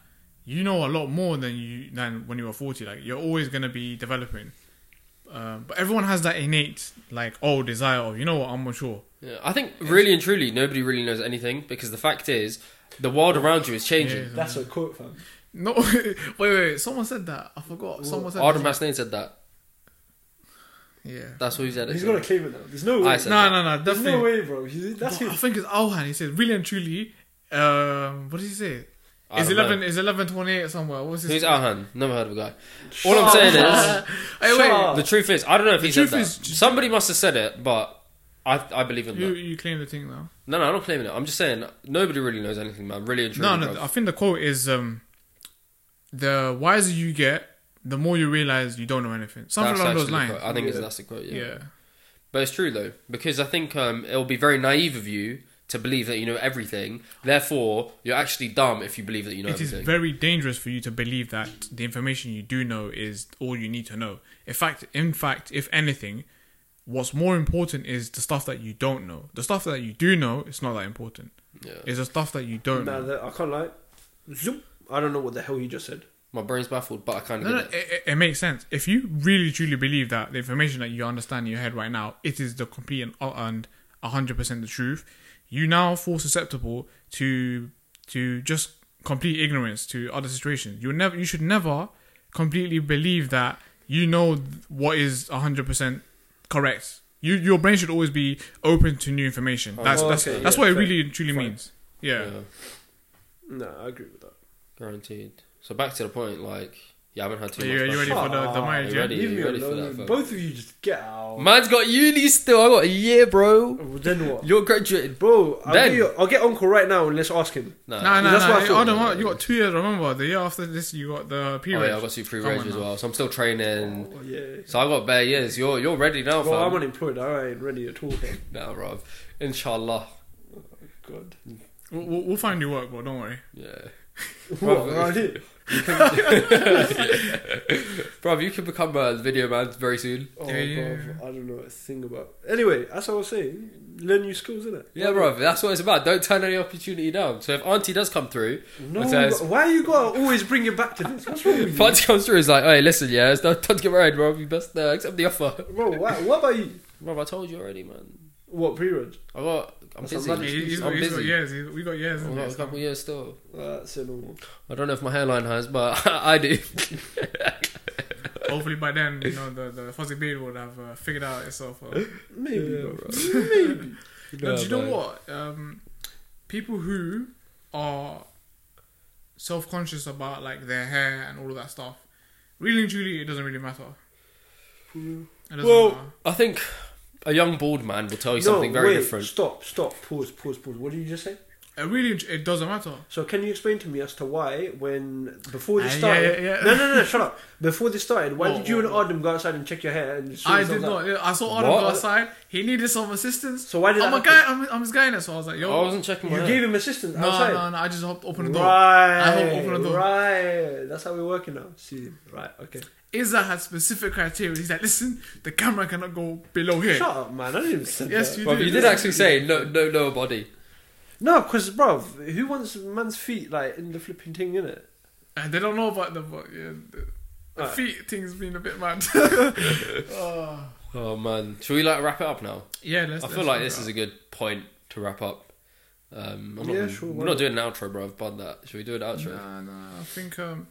Speaker 2: you know a lot more than you than when you were forty. Like you're always gonna be developing. Um, but everyone has that innate like oh desire of you know what I'm mature.
Speaker 1: Yeah, I think really and truly, nobody really knows anything because the fact is, the world around you is changing.
Speaker 2: Yeah.
Speaker 3: That's a quote, fam.
Speaker 2: No, wait, wait, wait. Someone said that. I forgot. Someone said.
Speaker 1: Arden
Speaker 2: that.
Speaker 1: Masnane said that.
Speaker 2: Yeah.
Speaker 1: That's what he said.
Speaker 3: He's gonna claim it now. There's no
Speaker 1: I
Speaker 3: way.
Speaker 1: said-
Speaker 2: No, no, no.
Speaker 3: There's
Speaker 2: Definitely.
Speaker 3: no way, bro. He- That's
Speaker 2: But I
Speaker 3: his.
Speaker 2: think it's Alhan. He said really and truly. Um, what did he say?
Speaker 1: I
Speaker 2: Is
Speaker 1: don't know.
Speaker 2: eleven? Is eleven twenty eight somewhere? What's his?
Speaker 1: Who's Alhan? Never heard of a guy. All I'm saying is,
Speaker 2: Hey,
Speaker 3: Shut
Speaker 2: wait.
Speaker 3: up.
Speaker 1: the truth is, I don't know if
Speaker 2: The
Speaker 1: he said
Speaker 2: truth
Speaker 1: that.
Speaker 2: is just-
Speaker 1: Somebody must have said it, but I I believe in
Speaker 2: You
Speaker 1: that.
Speaker 2: you claim the thing now.
Speaker 1: No, no, I'm not claiming it. I'm just saying nobody really knows anything, man. Really and truly.
Speaker 2: No, no.
Speaker 1: bruv.
Speaker 2: I think the quote is um, the wiser you get, the more you realize you don't know anything. Something
Speaker 1: That's
Speaker 2: along those
Speaker 1: actually the
Speaker 2: lines.
Speaker 1: quote. I think it's,
Speaker 3: Yeah.
Speaker 1: that's the quote.
Speaker 2: Yeah.
Speaker 1: But it's true though, because I think um, it'll be very naive of you to believe that you know everything. Therefore, you're actually dumb if you believe that you know
Speaker 2: It is
Speaker 1: everything.
Speaker 2: very dangerous for you to believe that the information you do know is all you need to know. In fact, in fact, if anything, what's more important is the stuff that you don't know. The stuff that you do know, it's not that important.
Speaker 1: yeah.
Speaker 2: It's the stuff that you don't
Speaker 3: Nah,
Speaker 2: know.
Speaker 3: that, I can't lie. Zoom. I don't know what the hell you just said.
Speaker 1: My brain's baffled, but I kind of
Speaker 2: No, no,
Speaker 1: get
Speaker 2: it,
Speaker 1: it.
Speaker 2: it- it makes sense. If you really truly believe that the information that you understand in your head right now, it is the complete and, uh, and 100% the truth, you now fall susceptible to to just complete ignorance to other situations. You never, you should never completely believe that you know what is 100% correct. You, your brain should always be open to new information. That's that's
Speaker 3: Oh, okay,
Speaker 2: that's
Speaker 3: yeah,
Speaker 2: what it
Speaker 3: fair.
Speaker 2: really and truly
Speaker 3: Fine.
Speaker 2: means. Yeah.
Speaker 1: Yeah,
Speaker 3: Nah, I agree with that.
Speaker 1: guaranteed. So back to the point, like, yeah, I haven't had too
Speaker 2: Are
Speaker 1: much.
Speaker 2: you, are you ready
Speaker 1: basketball.
Speaker 2: for the, the
Speaker 3: Ah,
Speaker 2: marriage?
Speaker 1: you
Speaker 2: yeah?
Speaker 1: ready?
Speaker 3: Leave me
Speaker 1: ready for that,
Speaker 3: alone.
Speaker 1: fam?
Speaker 3: Both of you just get out.
Speaker 1: Man's got uni still. I got a year, bro.
Speaker 3: Well, then what?
Speaker 1: You're graduating.
Speaker 3: Bro, I'll,
Speaker 1: Then-
Speaker 3: get your- I'll get Uncle right now and let's ask him.
Speaker 1: No,
Speaker 2: No, no,
Speaker 3: That's
Speaker 2: no.
Speaker 3: what I thought.
Speaker 2: Hold on, hold on. you got two years. Remember, the year after this, you got the
Speaker 1: Oh,
Speaker 2: period.
Speaker 1: yeah, I got two free
Speaker 2: Come
Speaker 1: range
Speaker 2: on
Speaker 1: as
Speaker 2: now.
Speaker 1: well, so I'm still training.
Speaker 3: Oh, yeah.
Speaker 1: So I got bare years. You're you're ready now,
Speaker 3: Bro, I'm
Speaker 1: fam.
Speaker 3: unemployed. I ain't ready at all. Bro.
Speaker 1: Now, Rob. Inshallah.
Speaker 3: God.
Speaker 2: We'll, we'll- we'll find you work, bro. Don't worry.
Speaker 1: Yeah.
Speaker 3: What? I did.
Speaker 1: Bro, you could become a video man very soon.
Speaker 3: Oh,
Speaker 2: Yeah, yeah,
Speaker 3: bruv, I don't know a thing about. Anyway, that's what I was saying. Learn new skills, innit?
Speaker 1: Yeah, bro, that's what it's about. Don't turn any opportunity down. So if Auntie does come through,
Speaker 3: No,
Speaker 1: But, uh,
Speaker 3: why you gotta always bring it back to this? What's wrong with
Speaker 1: if
Speaker 3: you?
Speaker 1: Auntie comes through, it's like, hey, listen, yeah, it's not time to get married, bro. You best uh, accept the offer.
Speaker 3: Bro, why, what about you?
Speaker 1: Bro, I told you already, man.
Speaker 3: What, pre-reg?
Speaker 1: I got, I'm
Speaker 3: That's a
Speaker 1: busy.
Speaker 3: lot of
Speaker 2: He- he's
Speaker 1: I'm
Speaker 2: got, he's got
Speaker 1: busy.
Speaker 2: years. He's, we got years.
Speaker 3: Oh,
Speaker 1: I've
Speaker 2: in
Speaker 1: got
Speaker 2: there,
Speaker 1: a couple
Speaker 2: so.
Speaker 1: years still.
Speaker 3: Uh, That's it, normal.
Speaker 1: I don't know if my hairline has, but I do.
Speaker 2: Hopefully, by then, you know, the, the fuzzy beard would have uh, figured out itself. Uh,
Speaker 3: Maybe,
Speaker 1: Yeah,
Speaker 3: bro.
Speaker 1: bro.
Speaker 3: Maybe.
Speaker 2: No, do you know
Speaker 1: man.
Speaker 2: what? Um, people who are self-conscious about like their hair and all of that stuff, really and truly, it doesn't really matter. It doesn't
Speaker 1: Well,
Speaker 2: matter.
Speaker 1: I think a young bald man will tell you something very
Speaker 3: wait,
Speaker 1: different.
Speaker 3: Stop, stop, pause, pause, pause. What did you just say?
Speaker 2: It really, and tr- it doesn't matter.
Speaker 3: So can you explain to me as to why, when before this
Speaker 2: Uh, yeah,
Speaker 3: started?
Speaker 2: yeah, yeah.
Speaker 3: No, no, no, shut up. Before this started, why
Speaker 2: Whoa,
Speaker 3: did you
Speaker 2: whoa,
Speaker 3: and
Speaker 2: whoa.
Speaker 3: Adam go outside and check your hair? And sort
Speaker 2: I
Speaker 3: yourselves
Speaker 2: did
Speaker 3: out?
Speaker 2: not. I saw Adam go
Speaker 1: What?
Speaker 2: outside. He needed some assistance.
Speaker 3: So why did
Speaker 2: I'm
Speaker 3: that
Speaker 2: a guy. I'm, I'm his guy in it, so I was like, yo.
Speaker 1: I wasn't checking my
Speaker 3: You
Speaker 1: hair.
Speaker 3: gave him assistance
Speaker 2: no,
Speaker 3: outside.
Speaker 2: no, no. I just hopped, opened the door.
Speaker 3: Right,
Speaker 2: I hope open the door.
Speaker 3: right. That's how we're working now. See, right, okay.
Speaker 2: Izza had specific criteria. He's like, listen, the camera cannot go below here.
Speaker 3: Shut up, man. I didn't even say
Speaker 2: Yes,
Speaker 3: that.
Speaker 2: you
Speaker 1: Bro,
Speaker 2: did.
Speaker 1: you did actually say no, no, no body.
Speaker 3: No, because, bro, who wants man's feet, like, in the flipping thing, innit?
Speaker 2: Uh, they don't know about the, but, yeah, the, the
Speaker 3: Alright.
Speaker 2: feet thing's been a bit mad. Oh.
Speaker 1: Oh man, should we like wrap it up now?
Speaker 2: yeah, let's,
Speaker 1: I
Speaker 2: let's
Speaker 1: feel like
Speaker 2: do
Speaker 1: this
Speaker 2: that.
Speaker 1: is a good point to wrap up. Um, I'm not,
Speaker 3: Yeah, sure, why
Speaker 1: We're not
Speaker 3: not?
Speaker 1: doing an outro, bro. I've banned that. Should we do an outro?
Speaker 2: Nah, nah. I think um,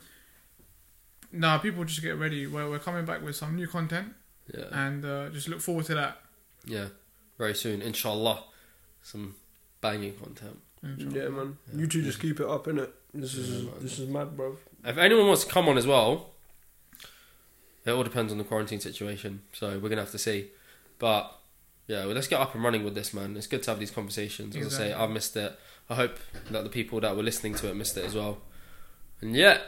Speaker 2: nah. People just get ready. We're we're coming back with some new content,
Speaker 1: Yeah,
Speaker 2: and uh, just look forward to that.
Speaker 1: yeah. Very soon, inshallah. Some banging content.
Speaker 3: Yeah, man. You two just keep it up, innit? This is
Speaker 1: Yeah, man.
Speaker 3: this is mad, bro.
Speaker 1: If anyone wants to come on as well, It all depends on the quarantine situation, so we're gonna have to see. But yeah, well, let's get up and running with this, man. It's good to have these conversations. As I say,
Speaker 2: Exactly.
Speaker 1: I've missed it. I hope that the people that were listening to it missed it as well. And yeah,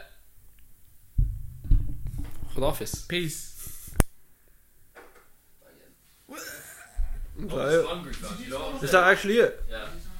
Speaker 1: the office.
Speaker 2: Peace.
Speaker 3: Is that actually it?
Speaker 1: Yeah.